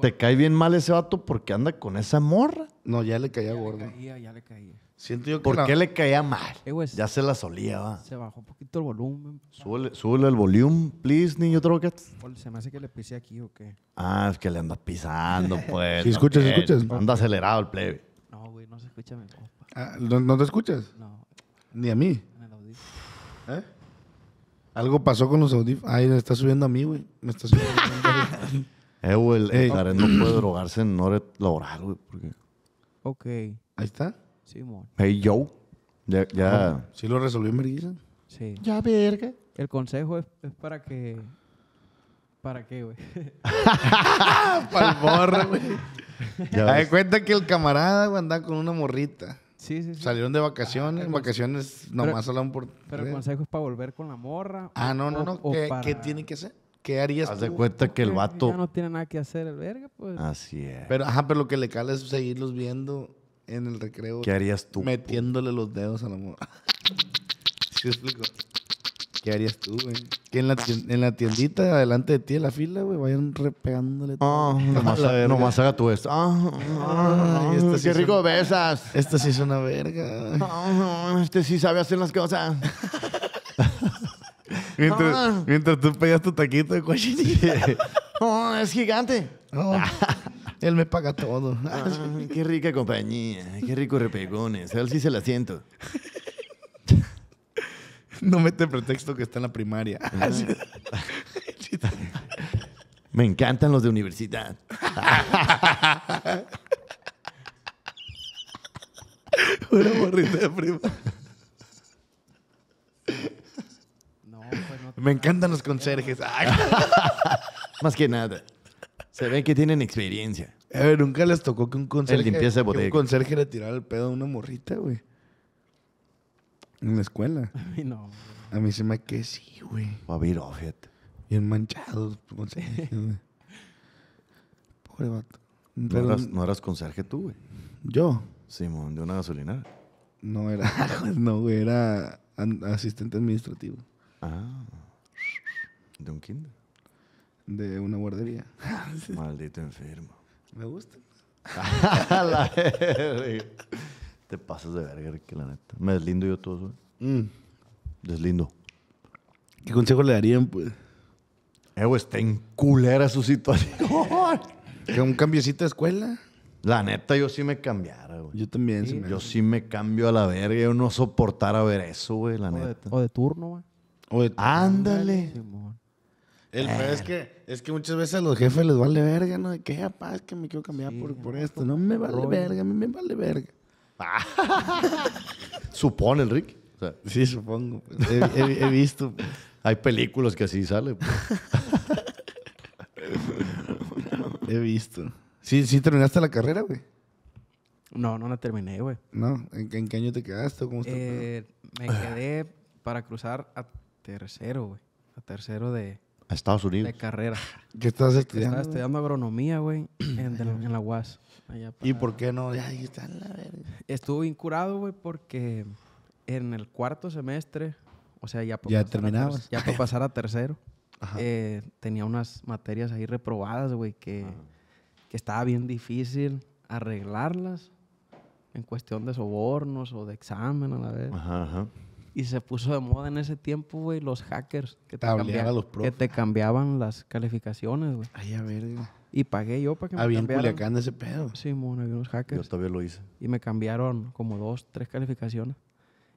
te cae bien mal ese vato porque anda con esa morra. No, ya le caía gordo. Caía, ya le caía. Siento yo que ¿Por la- qué le caía mal? Eh, güey, Ya se la solía, va. se bajó un poquito el volumen. Súbele, súbele el volumen, please, niño Trockets. O Se me hace que le pisé aquí o qué. Ah, es que le andas pisando, pues. Sí, escuchas, también. escuchas. Anda acelerado el plebe. No, güey, no se escucha mi compa. Ah, ¿no, no te escuchas? No, Ni a mí. en el audífono. ¿Eh? Algo pasó con los audífonos. Ay, me está subiendo a mí, güey. Me está subiendo a mí. Eh, güey, el Ey. el Tarek no puede drogarse en hora laboral, güey. Porque... Ok, Ahí está. Simón. Hey, yo. Ya, ya. Sí lo resolvió Merguiza. Sí. Ya, verga. El consejo es, es para que. ¿Para qué, güey? Pa'l borro, güey. Ya Haz ves. de cuenta que el camarada, güey, andaba con una morrita. Sí, sí, sí. Salieron de vacaciones. en vacaciones nomás hablan por... Pero el consejo es para volver con la morra. ah, no, o- no, no. o ¿Qué, para- qué tiene que hacer? ¿Qué harías Haz de tú? cuenta que el Pues, Ya vato. Ah. no tiene nada que hacer el verga, pues. Así es. Pero, ajá, pero lo que le cala es seguirlos viendo en el recreo. ¿Qué harías tú? Metiéndole los dedos a la morra. ¿Sí explico? ¿Qué harías tú, güey? Que en la, tien- en la tiendita, delante de ti, en la fila, güey, vayan repegándole. todo. Ah, nomás, La verga. nomás haga tú esto. Ah, ah, Ay, esto qué sí son- rico besas. Esta sí es una verga. Ah, este sí sabe hacer las cosas. Ah. mientras tú pedías tu taquito de cochinita. Oh, es gigante. Oh, él me paga todo. Ah, qué rica compañía. Qué rico repegones. A él sí se la siento. No mete pretexto que está en la primaria. Me encantan los de universidad. Una morrita de prima. No, pues no. Me encantan los conserjes. Ay, Más que nada. Se ve que tienen experiencia. A ver, nunca les tocó que un conserje. limpieza de que botella. Un conserje le tirara el pedo a una morrita, güey. En la escuela. A mí no. güey. A mí se me hace que sí, güey. Babiro, oh, fíjate. Bien manchados, conserjes, güey. Pobre vato. ¿No, Pero eras, no eras conserje tú, güey. yo Simón, de una gasolinera. no era. No, güey, era an- asistente administrativo Ah. De un kinder. de una guardería. Maldito enfermo. Me gusta. A la verga. Te pasas de verga, Ricky, la neta. Me deslindo yo todo, güey. Mm. Deslindo. ¿Qué consejo le darían, pues? Eh, güey, está en culera su situación. ¿Que un cambiecito de escuela? la neta, yo sí me cambiara, güey. Yo también. se me Yo hace. sí me cambio a la verga. Yo no soportara ver eso, güey, la O de, neta. o de turno, güey. O de- Ándale. Simón. El peor es que, es que muchas veces a los jefes les vale verga, ¿no? De que, "Ah, pa, es que me quiero cambiar por, por esto. No me vale rollo. verga, a mí me vale verga. Supone el Ricky. O sea, Sí, supongo. pues. He, he- he visto. pues. hay películas que así sale. pues. He visto. Sí, sí terminaste la carrera, güey. No, no la terminé, güey. ¿No? ¿En, en qué año te quedaste? o ¿Cómo está el pedo? Eh, me quedé para cruzar a tercero, güey. A tercero de, A Estados Unidos. de carrera. ¿Qué estás Estaba estudiando? güey? estudiando agronomía, güey, en, de la- en la UAS. allá ¿Y para- por qué no? Ay, está en la verga. Estuve incurado, güey, porque en el cuarto semestre, o sea, ya para Ya pasar a ter- terminabas. ya para pasar a tercero, eh, tenía unas materias ahí reprobadas, güey, que, que estaba bien difícil arreglarlas en cuestión de sobornos o de examen a la vez. Ajá, ajá. Y se puso de moda en ese tiempo, güey, los hackers que te, Tablear cambia- a los que profes. te cambiaban las calificaciones, güey. Ay, a verga. Y pagué yo para que Había en me cambiaran. Ah, Culiacán ese pedo. Sí, mon, había unos Yo hackers. todavía lo hice. Y me cambiaron como dos, tres calificaciones.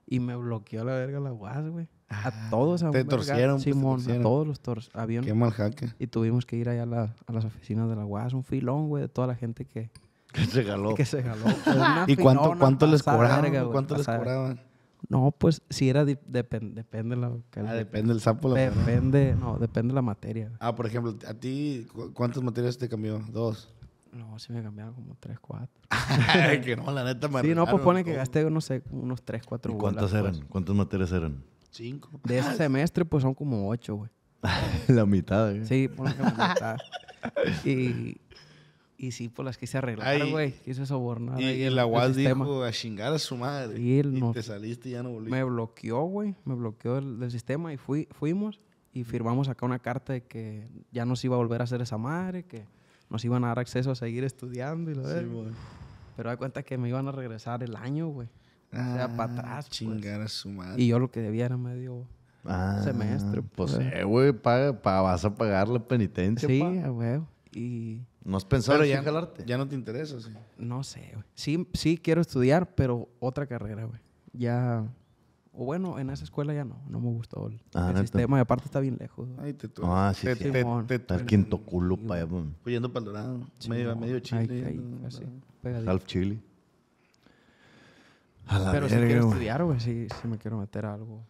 Y me bloqueó la verga la UAS, güey. a todos. A Ah, te un verga- torcieron, pues, te Simón, torcieron. a todos los tors había un- Qué mal jaque. Y tuvimos que ir allá a, la- a las oficinas de la UAS. Un filón, güey, de toda la gente que, Que se galó. que se jaló. Fue una Oh. ¿Y cuánto, filona cuánto les pasada de cobraban? verga, güey? güey, ¿Cuánto les pasada de- cobraban? No, pues, si era... di- depen- depende la... Ah, cali- depende del sapo. La verdad. depende... No, depende la materia, güey. Ah, por ejemplo, a ti, cu- ¿cuántas materias te cambió? Dos. No, sí me cambiaron como tres, cuatro. que no, la neta Ah, me Sí, no, pues arruinaron pone que todo. gasté, no sé, unos tres, cuatro ¿Y cuántas bolas, pues. eran? ¿Cuántas materias eran? Cinco. De ese semestre, pues, son como ocho, güey. la mitad, eh. güey. Sí, por las que me gustaba. y, y sí, por las quise arreglar, Ay, güey. Quise sobornar. Y, ahí y el- la el UAS sistema. dijo a chingar a su madre. Y Y, él no- te saliste y ya no volviste. Me bloqueó, güey. Me bloqueó el- del sistema y fui, fuimos y firmamos acá una carta de que ya no se iba a volver a hacer esa madre, que nos iban a dar acceso a seguir estudiando y lo Sí, de. güey. Pero da cuenta que me iban a regresar el año, güey. O sea, para atrás. pues. Ah, Chingar a su madre. Y yo lo que debía era medio Ah, semestre. Pues, pues. eh, güey, paga, pa- vas a pagar la penitencia, Sí, pa. a huevo. Y ¿No has pues, pensado en ya, sí jalarte? ya no te interesa, sí. no sé, güey. Sí, sí quiero estudiar, pero otra carrera, güey. Ya. O bueno, en esa escuela ya no. No me gustó el, Ah, el neta. sistema. Y aparte está bien lejos. güey. Ay, te tu- Ah, sí, te- sí. te- Simón. te- Está el quinto culo para allá, pum. Fui yendo para el dorado. Medio, Simón. medio chile. Ahí, ahí, yendo, así, ¿verdad? pegadito. Half chili. A la Pero si verga, quiero güey. estudiar, güey. Sí, sí me quiero meter a algo.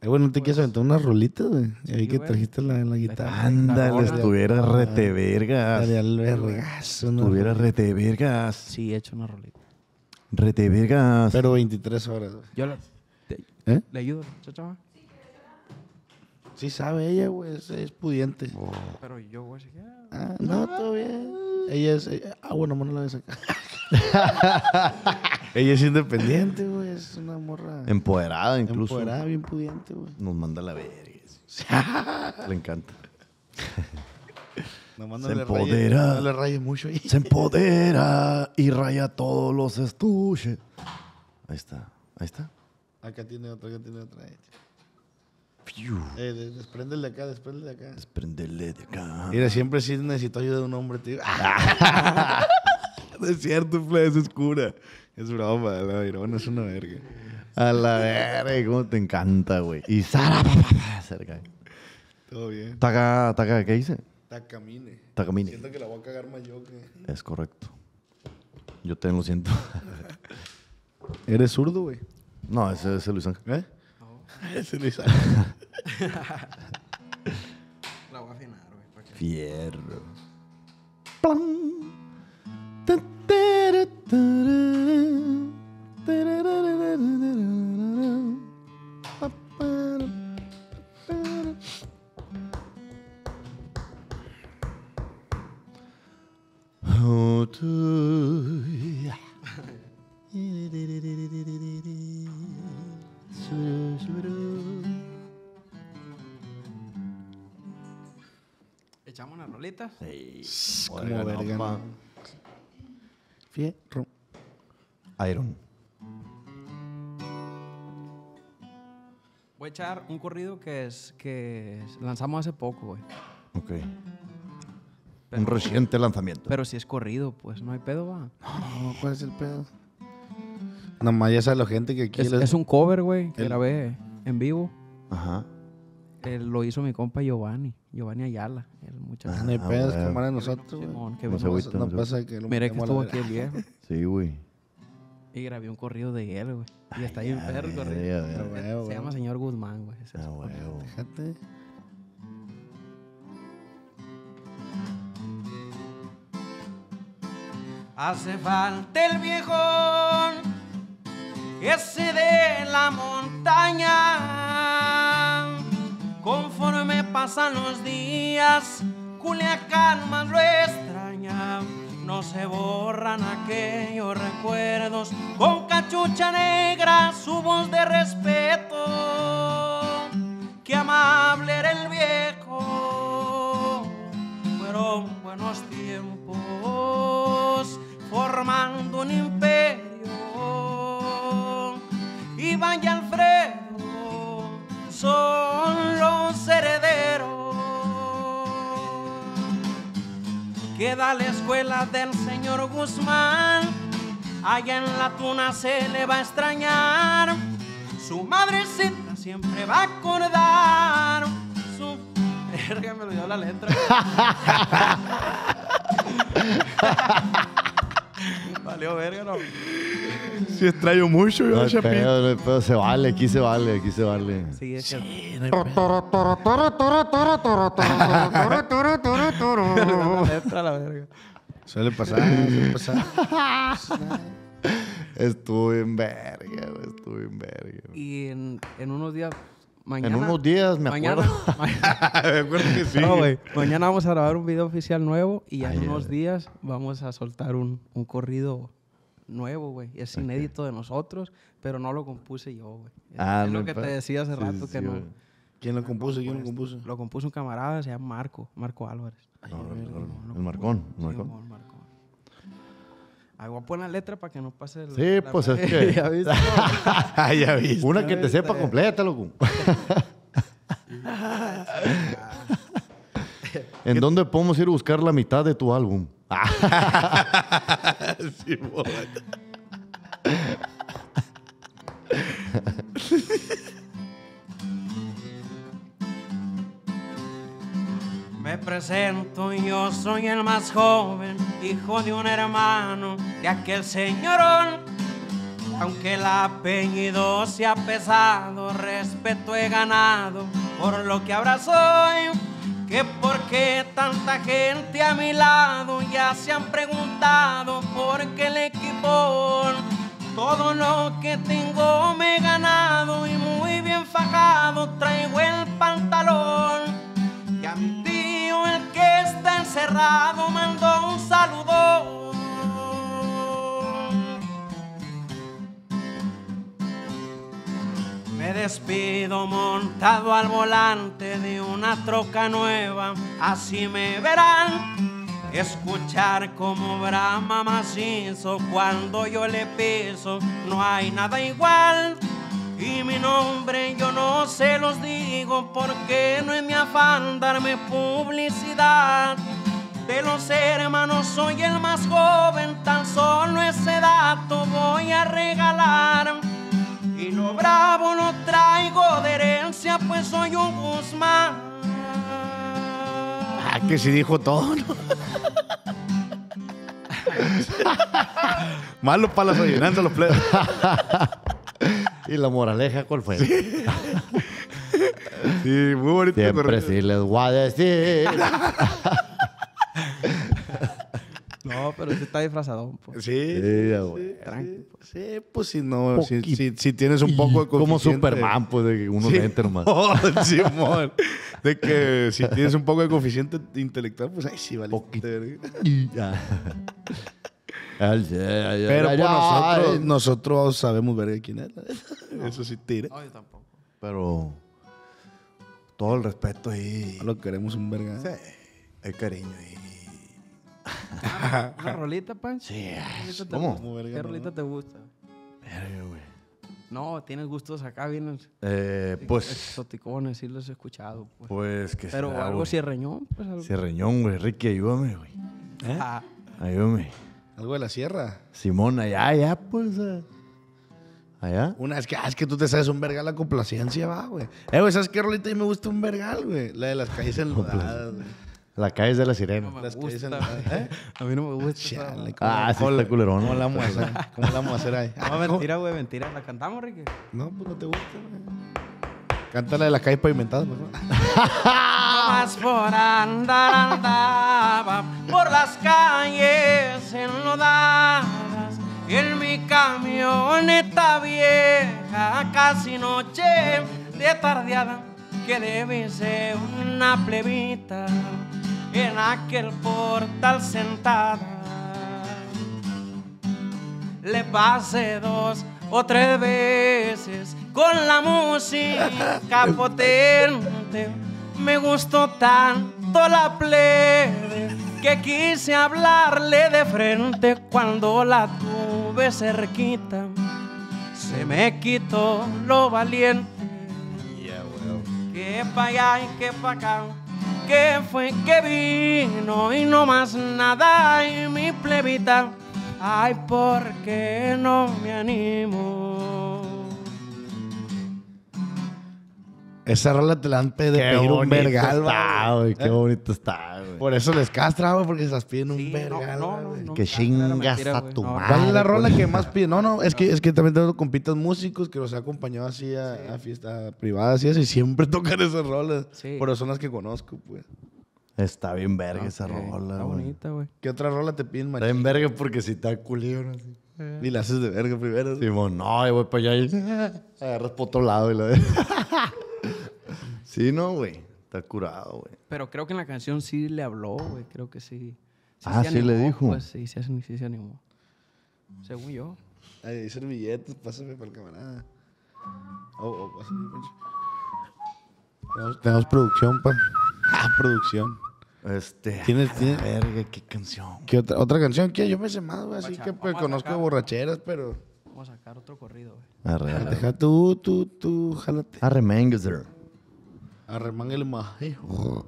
Eh, güey, ¿no te quieres aventar unas rolitas, güey? Y ahí Sí, que güey. trajiste la, la guitarra. Ándale, Ahora- estuviera rete Ah, La de vergas. albergazo, ¿no? Estuviera rete vergas. Sí, he hecho una rolita. Rete vergas. Pero 23 horas, güey. Yo la- te- ¿Eh? le ayudo, chacha. Sí sabe ella, güey. Es, es pudiente. Oh. Pero yo, güey, si quiera. Ah, no, todo bien. Ella es... ella- ah, bueno, no la voy a sacar. ella es independiente, güey. Es una morra... Empoderada incluso. Empoderada, bien pudiente, güey. Nos manda a la verga. sí. Le encanta. Nomás Se le empodera. raye- No le raye mucho ahí. Se empodera y raya todos los estuches. Ahí está. Ahí está. Acá tiene otra, acá tiene otra. Eh, Fiu. de- despréndele de acá, despréndele de acá. Desprendele de acá. Mira, siempre sí necesito ayuda de un hombre, tío. no es cierto, Fla, eso es cura. Es broma, la Irón es una verga. A la verga, cómo te encanta, güey. Y Sara, pa, pa, pa, cerca. Todo bien. Taca, taca, ¿qué dice? Tacamine. Tacamini. Siento que la voy a cagar más yo que. Es correcto. Yo te lo siento. Eres zurdo, güey. No, ese es Luis Ángel. ¿Eh? Ese ni sabe. La voy a afinar, güey. para que- Fierro. Plan. Tan, tara, tarara. Tararararararara. Pa, para, para. Oh, tú. Suru, suru. Echamos unas rolitas. Como verga. pa. ¿no? Fierro. Iron. Voy a echar un corrido que es que es- lanzamos hace poco, güey. Ok. Pero- Un reciente lanzamiento. Pero si es corrido, pues no hay pedo, va. No, Oh, ¿cuál es el pedo? Nomás ya sabe la gente que aquí. Es, les- es un cover, güey, que el- grabé en vivo. Ajá. Eh, lo hizo mi compa Giovanni, Giovanni Ayala, el muchacho. No hay Ah, pedos, güey. cámara de nosotros, güey. Simón, que no vino. se agüita. No pasa que lo Mira que metemos estuvo a la aquí el viejo Sí, güey. y grabé un corrido de él, güey. Y está bien perro el corrido. Verga, verga. verga, güey. Se llama señor Guzmán, güey. ese es. Eh, Ah, huevo. Fíjate. Hace falta el viejón, ese de la montaña. Conforme pasan los días, Culiacán más lo extraña. No se borran aquellos recuerdos, con cachucha negra su voz de respeto. Qué amable era el viejo, fueron buenos tiempos, formando un imperio. Iván y Alfredo son los herederos. Queda la escuela del señor Guzmán. Allá en la tuna se le va a extrañar. Su madrecita siempre va a acordar. Su. Verga, me olvidó la letra. Valió verga, no. Sí, extraño mucho, No hay pedo, no hay pedo. Se vale, aquí se vale, aquí se vale. Sí, es que. la letra, la verga. Suele pasar, suele pasar. Estuve en verga, güey. Estuve en verga. güey. Y en, en unos días. Mañana, En unos días, me mañana, acuerdo. Me acuerdo que sí. No, güey. Mañana vamos a grabar un video oficial nuevo y ya Ay, en unos ay. días vamos a soltar un, un corrido nuevo, güey. Es inédito de nosotros, pero no lo compuse yo, güey. Es- Ah, es no lo hay que pedo. te decía hace Sí, rato sí, que no. güey. ¿Quién lo compuso? ¿Quién lo compuso? Lo compuso un camarada, se llama Marco, Marco Álvarez. No, no, no, no. lo El Marcón, el compuso. Sí, Marcón. mon, Marcón. Ahí voy a poner la letra para que no pase el. Sí, la- pues es que. Ya viste. ya viste. Una que te viste. sepa completa, loco. ¿En dónde podemos ir a buscar la mitad de tu álbum? Me presento, yo soy el más joven, hijo de un hermano de aquel señorón. Aunque el apellido sea pesado, respeto he ganado por lo que ahora soy. Que por qué tanta gente a mi lado ya se han preguntado por qué el equipo. Todo lo que tengo me he ganado y muy bien fajado traigo el pantalón. Y a mi tío, el que está encerrado, mandó un saludo. Me despido montado al volante de una troca nueva, así me verán. Escuchar como brama macizo cuando yo le piso, no hay nada igual. Y mi nombre yo no se los digo porque no es mi afán darme publicidad. De los hermanos soy el más joven, tan solo ese dato voy a regalar. Y lo bravo lo traigo de herencia, pues soy un Guzmán. Ah, que sí dijo todo, ¿no? Malo para las adivinanzas, los plebes. ¿Y la moraleja cuál fue? Sí, muy bonito. Siempre correcto. sí les voy a decir. No, pero usted está disfrazado. Sí. Sí, ya, güey. Sí, pues si no, si, Poquito. si- si tienes un poco de Como coeficiente. Superman, pues, de que uno Sí. le entra nomás. Oh, Simón. De que si tienes un poco de coeficiente intelectual, pues ahí sí vale. Poquito. Y ya. Ay, sí, ay, Pero ay, pues, ay. nosotros, nosotros sabemos ver quién es. la neta. Eso sí tira. yo tampoco. Pero todo el respeto y No lo queremos un verga. ¿eh? el cariño y ¿Una rolita, Pancho? Sí, ¿Qué rolita te ¿cómo? gusta? Como verga, ¿Qué ¿no? rolita te gusta? No, tienes gustos acá bien Eh, pues exoticones, sí los he escuchado. pues. pues que Pero será, algo güey. cierreñón, pues algo. Cierreñón, güey, Ricky, ayúdame, güey. Ah, Ayúdame. Algo de la sierra. Simón, allá, allá, pues. eh. Allá. Una vez que, ah, es que tú te sabes un vergal la complacencia, va, güey. Eh, güey, ¿sabes qué rolita? A mí me gusta un vergal, güey. La de las calles enlodadas, güey. La calle de la sirena. me Las calles gusta, enlodadas, ¿eh? a mí no me gusta. esa- Chale, ¿cómo, Ah, sí, está culerón. cómo la ¿no? vamos a hacer? ¿Cómo la vamos a hacer ahí? No, mentira, güey, mentira. ¿La cantamos, Ricky? No, pues no te gusta, güey. Cántala de las calles pavimentadas, mejor. Más por andar andaba por las calles enlodadas en mi camioneta vieja casi noche de tardeada que debí ser una plebita en aquel portal sentada le pasé dos o tres veces con la música potente. Me gustó tanto la plebe que quise hablarle de frente cuando la tuve cerquita. Se me quitó lo valiente. Que pa' allá y que pa' acá. Que fue que vino y no más nada. Y mi plebita, ay, ¿por qué no me animo? Esa rola te la han pedido Qué pedir un bonito vergal, está, güey. Eh. güey. Pues, Qué bonito está, güey. Por eso les castra, güey, porque se las piden un Sí, vergal. no, no, güey. no, Que no, era chingas mentira, a güey. tu No, madre. ¿Cuál es la pues. rola güey. que más piden? No, no, es que, es que también tengo compitas músicos que los he acompañado así a, a fiestas privadas y eso, y siempre tocan esas rolas. Sí. Pero son las que conozco, pues. Está bien verga esa Ok, rola, Está güey. bonita, güey. ¿Qué otra rola te piden, Está machín? bien verga porque si está culillo, ¿no? Así. Y la haces de verga primero. Simón, no, yo voy para allá y agarras por otro lado y la ves. sí, no, güey. Está curado, güey. Pero creo que en la canción sí le habló, güey. Creo que sí. Ah, se sí le animó, dijo. Pues sí, sí, sí, sí se animó. Según yo. Ahí hay servilletas, pásame para el camarada. Oh, oh, pásame, Pancho. Tenemos, tenemos producción, pa. Ah, producción. Este. ¿Tienes- tienes- Verga, qué canción. ¿Qué otra, otra canción? ¿Qué? Yo me sé más, güey. Así Guacha, que pues, vamos a conozco de sacar- borracheras, pero. Vamos a sacar otro corrido, güey. Arre, arre. Deja tú, tú, tú, jálate. Arre, Mengeser. Arremanga el majejo.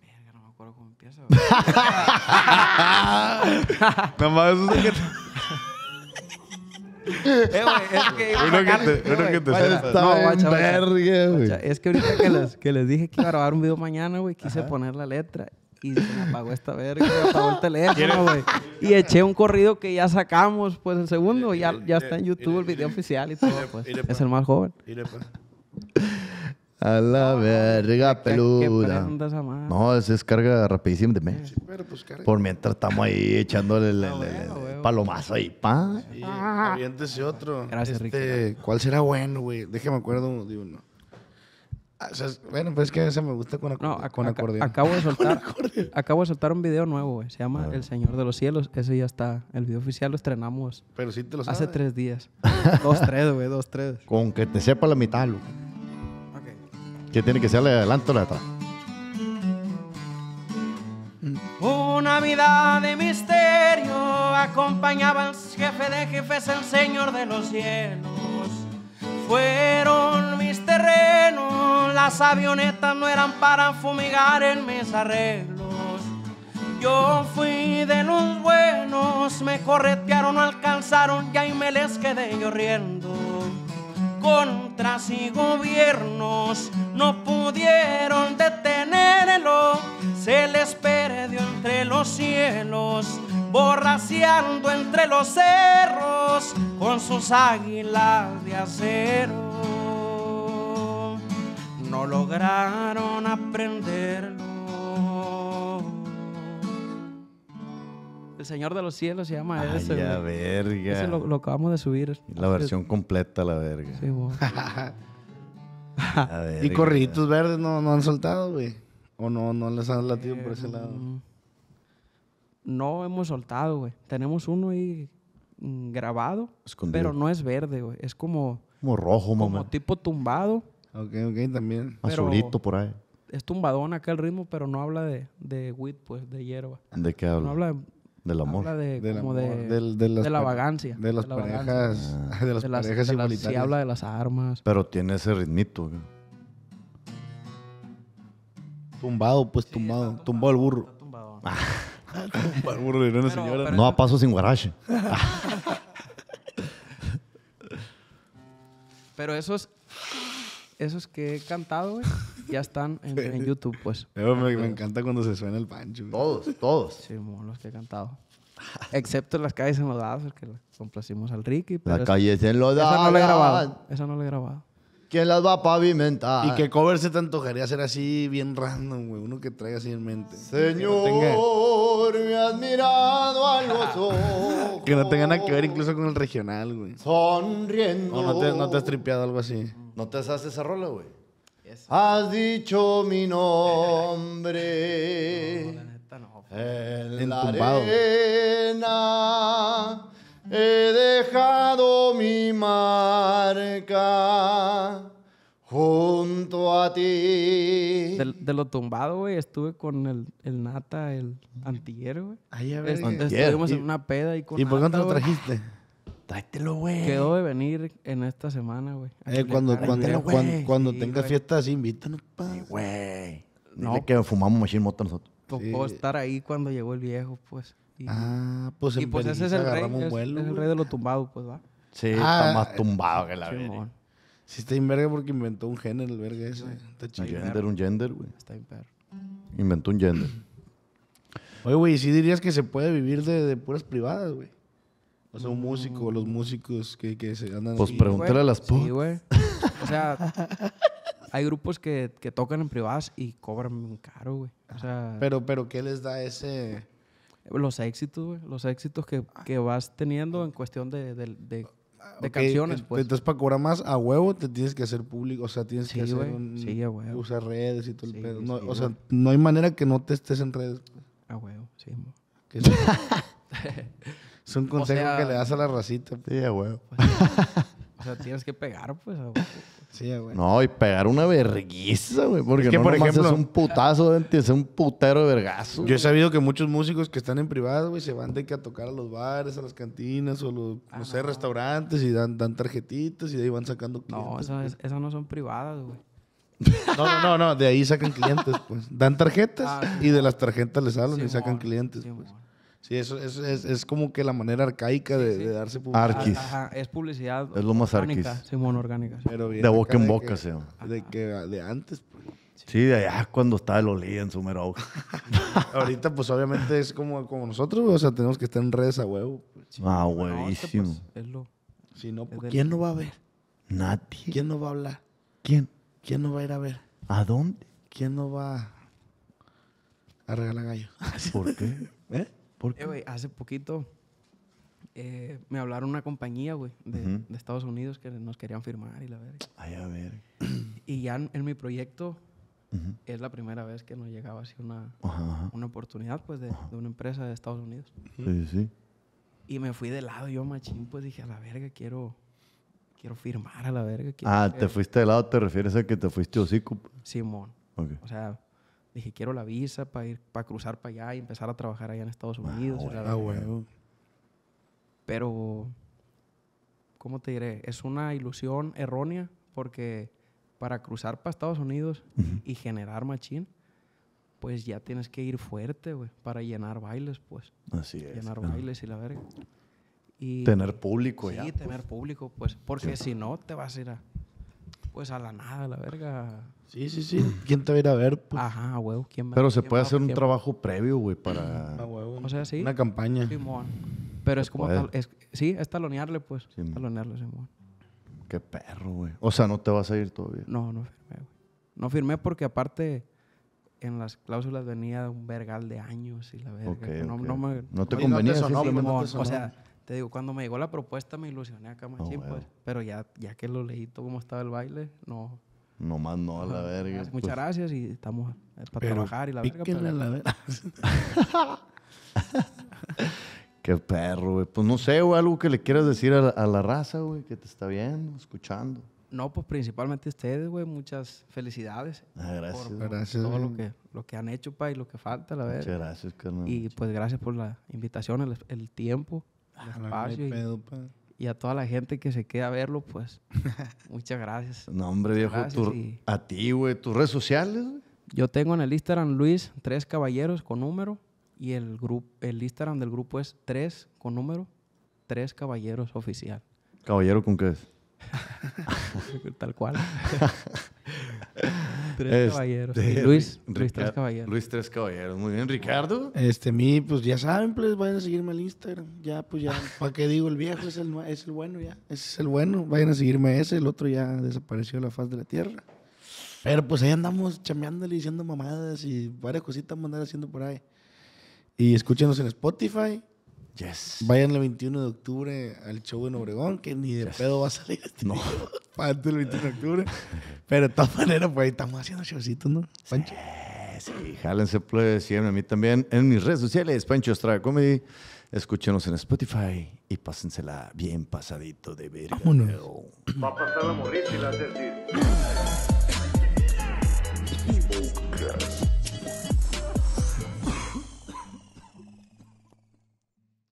Verga, no me acuerdo cómo empieza, güey. Nada más eso es que Eh, güey, es que iba a Uno que sacar- te- eh, uno güey, que te guacha, sepa. guacha. No, bien guacha, guacha. verga, güey. Guacha, Es que ahorita que les, que les dije que iba a grabar un video mañana, güey, quise poner la letra y se me apagó esta verga, se me apagó el teléfono, güey. Y eché un corrido que ya sacamos, pues el segundo, ya, ya está en YouTube el video oficial y todo, pues. Es el más joven. Mire, pues. A la verga ¿Qué peluda. prenda esa madre? No, es descarga rapidísimo de mes. Pero pues, carga. Por mientras estamos ahí echándole Ah, el, el- el- el palomazo ahí, pa. Y aviéntese otro. Gracias, Ricky. Este, ¿Cuál será bueno, güey? Déjame acuerdo de uno. Ah, o sea, es- bueno, pues es que ese me gusta con, acorde- No, ac- con ac- acordeón. acabo de soltar. acabo de soltar un video nuevo, güey. Se llama El Señor de los Cielos. Ese ya está. El video oficial lo estrenamos Pero sí te lo sabes. hace tres días. dos, tres, güey, dos, tres. Con que te sepa la mitad, loco. Ok. Que tiene que ser la de adelante o la de atrás. Una vida de misterio acompañaba al jefe de jefes, el Señor de los cielos. Fueron mis terrenos, las avionetas no eran para fumigar en mis arreglos. Yo fui de los buenos, me corretearon, no alcanzaron, ya y me les quedé yo riendo contras y gobiernos no pudieron detenerlo. Se les perdió entre los cielos, borraseando entre los cerros con sus águilas de acero. No lograron aprenderlo. El Señor de los Cielos se llama Ay, la verga. acabamos de subir. La versión completa, la verga. La Ah, Y verga. corriditos verdes no, no han soltado, güey. O no, no les han latido por ese lado. Eh, mm. No hemos soltado, güey. Tenemos uno ahí mm, grabado, Escondido. pero no es verde, güey. Es como, Como rojo, como mamá. tipo tumbado. Ok, ok, también. pero- Azulito por ahí. Es tumbadón acá el ritmo, pero no habla de, de weed, pues, de hierba. ¿De qué No habla? habla, de- Del amor. habla de, Del Eh, como amor, de, del- de las de la pare- vagancia. De las la vagancia. Ah. parejas, de las De las- parejas de las- igualitarias. Sí habla de las armas. Pero tiene ese ritmito. güey. Tumbado, pues tumbado. Tumbó el burro. Está tumbadón. Pues, para el burro de una Pero- señora. pero- No a paso sin guarache. Pero esos, esos que he cantado, güey, ya están en, en YouTube, pues. Eh, me, me encanta cuando se suena el pancho. güey. Todos, todos. Sí, mo, los que he cantado. Excepto las calles enlodadas, que le complacimos al Ricky. Pero La es- calle se enlodada. Esa no la he grabado. Esa no la he grabado. ¿Quién las va a pavimentar? Y que cover se te antojaría hacer así bien random, güey. Uno que traiga así en mente. Que no, Señor, me has mirado a los ojos. tenga, que no tenga nada que ver incluso con el regional, güey. Sonriendo. O no te, no te has tripeado algo así. ¿No te haces esa rola, güey? Has dicho mi nombre. Esta no. En En la tumbado. arena he dejado mi marca junto a ti. De, de lo tumbado, güey, estuve con el, el Nata, el antier, güey. Ay, a ver. Est- Antier. Estuvimos ¿Y- en una peda y con ¿Y por qué no te Eh, lo Nata, güey. trajiste? Tráetelo, güey. Quedó de venir en esta semana, güey. a Eh, cuando Culiacán. cuando, Tráetelo, cuando, güey. cuando, Sí, tengas güey. fiesta así, invítanos, pa. Güey. No. Dile que fumamos machine moto nosotros. Tocó estar ahí cuando llegó el viejo, pues. Y, Ah, pues y en pues ese es el rey, agarramos un es- vuelo. es el güey. rey de lo tumbado, pues, va. Sí, Ah, está más tumbado que la verga. Simón. Sí está bien verga porque inventó un género el verga ese. Está Un chido. gender, un gender, güey. Está bien, perro. Inventó un gender. Oye, güey, ¿sí dirías que se puede vivir de, de puras privadas, güey? O sea, un músico, los músicos que, que se andan Pues así. pregun- güey. Pregúntale a las Sí, putas. güey. O sea, hay grupos que, que tocan en privadas y cobran bien caro, güey. O sea, Pero, pero, ¿qué les da ese...? los éxitos, güey. Los éxitos que, que vas teniendo en cuestión de, de, de- de Ok, canciones, en- pues. Entonces, para cobrar más a huevo, te tienes que hacer público. O sea, tienes Sí, que hacer güey. un- Sí, a huevo. usar redes y todo el Sí, pedo. No, sí, o sea, güey. no hay manera que no te estés en redes. Ah, güey, sí. mo. Que sí. Es un consejo sea- que le das a la racita. pues. Sí, a huevo. O sea, tienes que pegar, pues. a- Sí, güey. No, y pegar una verguiza, güey. Porque Es que, no por nomás es ejemplo- un putazo, ¿entiendes? es un putero de vergazo. Yo he sabido que muchos músicos que están en privado, güey, se van de que a tocar a los bares, a las cantinas o los, no sé, restaurantes y dan, dan tarjetitas y de ahí van sacando No, clientes. esas, pues, esas no son privadas, güey. No, no, no, no, de ahí sacan clientes, pues. Dan tarjetas Ah, y de las tarjetas les hablan y sacan Simón, clientes, pues. Simón. Sí, eso, eso es, es como que la manera arcaica de, de darse publicidad. Arquis. Ah, Ajá, es publicidad. pues, Es lo más orgánica, arquis. Simón, orgánica. sí. Pero bien De acá boca en de boca, que- se llama. De que de antes, pues. Sí, de allá cuando estaba el Olí en su mero auge. Ahorita, pues obviamente es como, como nosotros, güey, o sea, tenemos que estar en redes a huevo. pues. Ah, No, es que, buenísimo. pues, es lo... Si no, pues, del- ¿quién no va a ver? Nadie. ¿Quién no va a hablar? ¿Quién? ¿Quién no va a ir a ver? ¿A dónde? ¿Quién no va a regalar gallo? ¿Por qué? ¿Eh? ¿Por Eh, qué? güey, hace poquito eh, me hablaron una compañía, güey, de, Ujú. de Estados Unidos que nos querían firmar y la verga. Ay, a ver. Y ya en, en mi proyecto Ujú. es la primera vez que nos llegaba así una, Ajá, ajá. una oportunidad, pues, de, de una empresa de Estados Unidos. Sí, sí. Y me fui de lado yo, machín, pues dije, a la verga, quiero, quiero firmar a la verga. quiero Ah, ser ¿te fuiste de lado? ¿Te refieres a que te fuiste hocico? Simón. Ok. O sea, dije, quiero la visa para ir, para cruzar para allá y empezar a trabajar allá en Estados Ah, Unidos. y la verga. huevo. Pero, ¿cómo te diré? Es una ilusión errónea porque para cruzar para Estados Unidos y generar machín, pues ya tienes que ir fuerte, güey, para llenar bailes, pues. Así es. llenar Ajá. bailes y la verga. Y Tener público sí, ya. tener público, pues. Porque si no, te vas a ir a, pues, a la nada, a la verga. Sí, sí, sí. ¿Quién te va a ir a ver? Pues? Ajá, huevo, ¿quién va- Pero se quién puede va- hacer un quién- trabajo previo, güey, para... Ah, A huevo. O sea, sí. Una campaña. Simón. Pero es como. puede. tal- es- sí, es talonearle, pues. Simón. Talonearle, Simón. Qué perro, güey. O sea, no te vas a ir todavía. No, no firmé, güey. No firmé porque aparte en las cláusulas venía un vergal de años y la verga. Ok, no, ok. no me... No te Oye, no te convenía. sonó, sí, pues, sí. no Simón, te sonó. o sea, te digo, cuando me llegó la propuesta me ilusioné acá machín, huevo. pues. Pero ya, ya que lo leí todo como estaba el baile, no. Nomás no, a la Ajá, verga. muchas pues. gracias y estamos eh, para trabajar y la verga. píquenle pero- a la verga. Qué perro, güey. Pues no sé, güey, algo que le quieras decir a la, a la raza, güey, que te está viendo, escuchando. No, pues principalmente ustedes, güey. Muchas felicidades. Ah, gracias. Por, güey. por Gracias, todo lo güey. que, lo que han hecho, pa, y lo que falta, la verga. Muchas gracias, carnal. Y pues gracias por la invitación, el, el tiempo, No, el no hay espacio y, pedo, pues. pa. y a toda la gente que se queda a verlo, pues muchas gracias. No, hombre, viejo, gracias tu- y- a ti, güey, tus redes sociales, güey. Yo tengo en el Instagram Luis tres caballeros con número y el grupo el Instagram del grupo es tres con número tres caballeros oficial, Caballero, ¿con qué es? tal cual. tres Este, caballeros. Y Luis, Luis tres Rica- caballeros. Luis Tres Caballeros. Muy bien, Ricardo. Este, mi, pues ya saben, pues vayan a seguirme al Instagram. Ya, pues ya, ¿para qué digo? El viejo es el, nue- es el bueno, ya. Ese es el bueno. Vayan a seguirme a ese. El otro ya desapareció de la faz de la tierra. Pero pues ahí andamos chameándole, diciendo mamadas y varias cositas vamos a andar haciendo por ahí. Y escúchenos en Spotify. Yes. Vayan el 21 de octubre al show en Obregón, que ni de pedo va a salir este No. video para antes del 21 de octubre. Pero de todas maneras, pues ahí estamos haciendo showcitos, ¿no? Pancho? Eh, Sí, jálense, pues, síganme a mí también en mis redes sociales, Pancho Estrada Comedy. Escúchenos en Spotify y pásensela bien pasadito de verga. Vámonos. Leo. Va a pasar la morrita y la decir.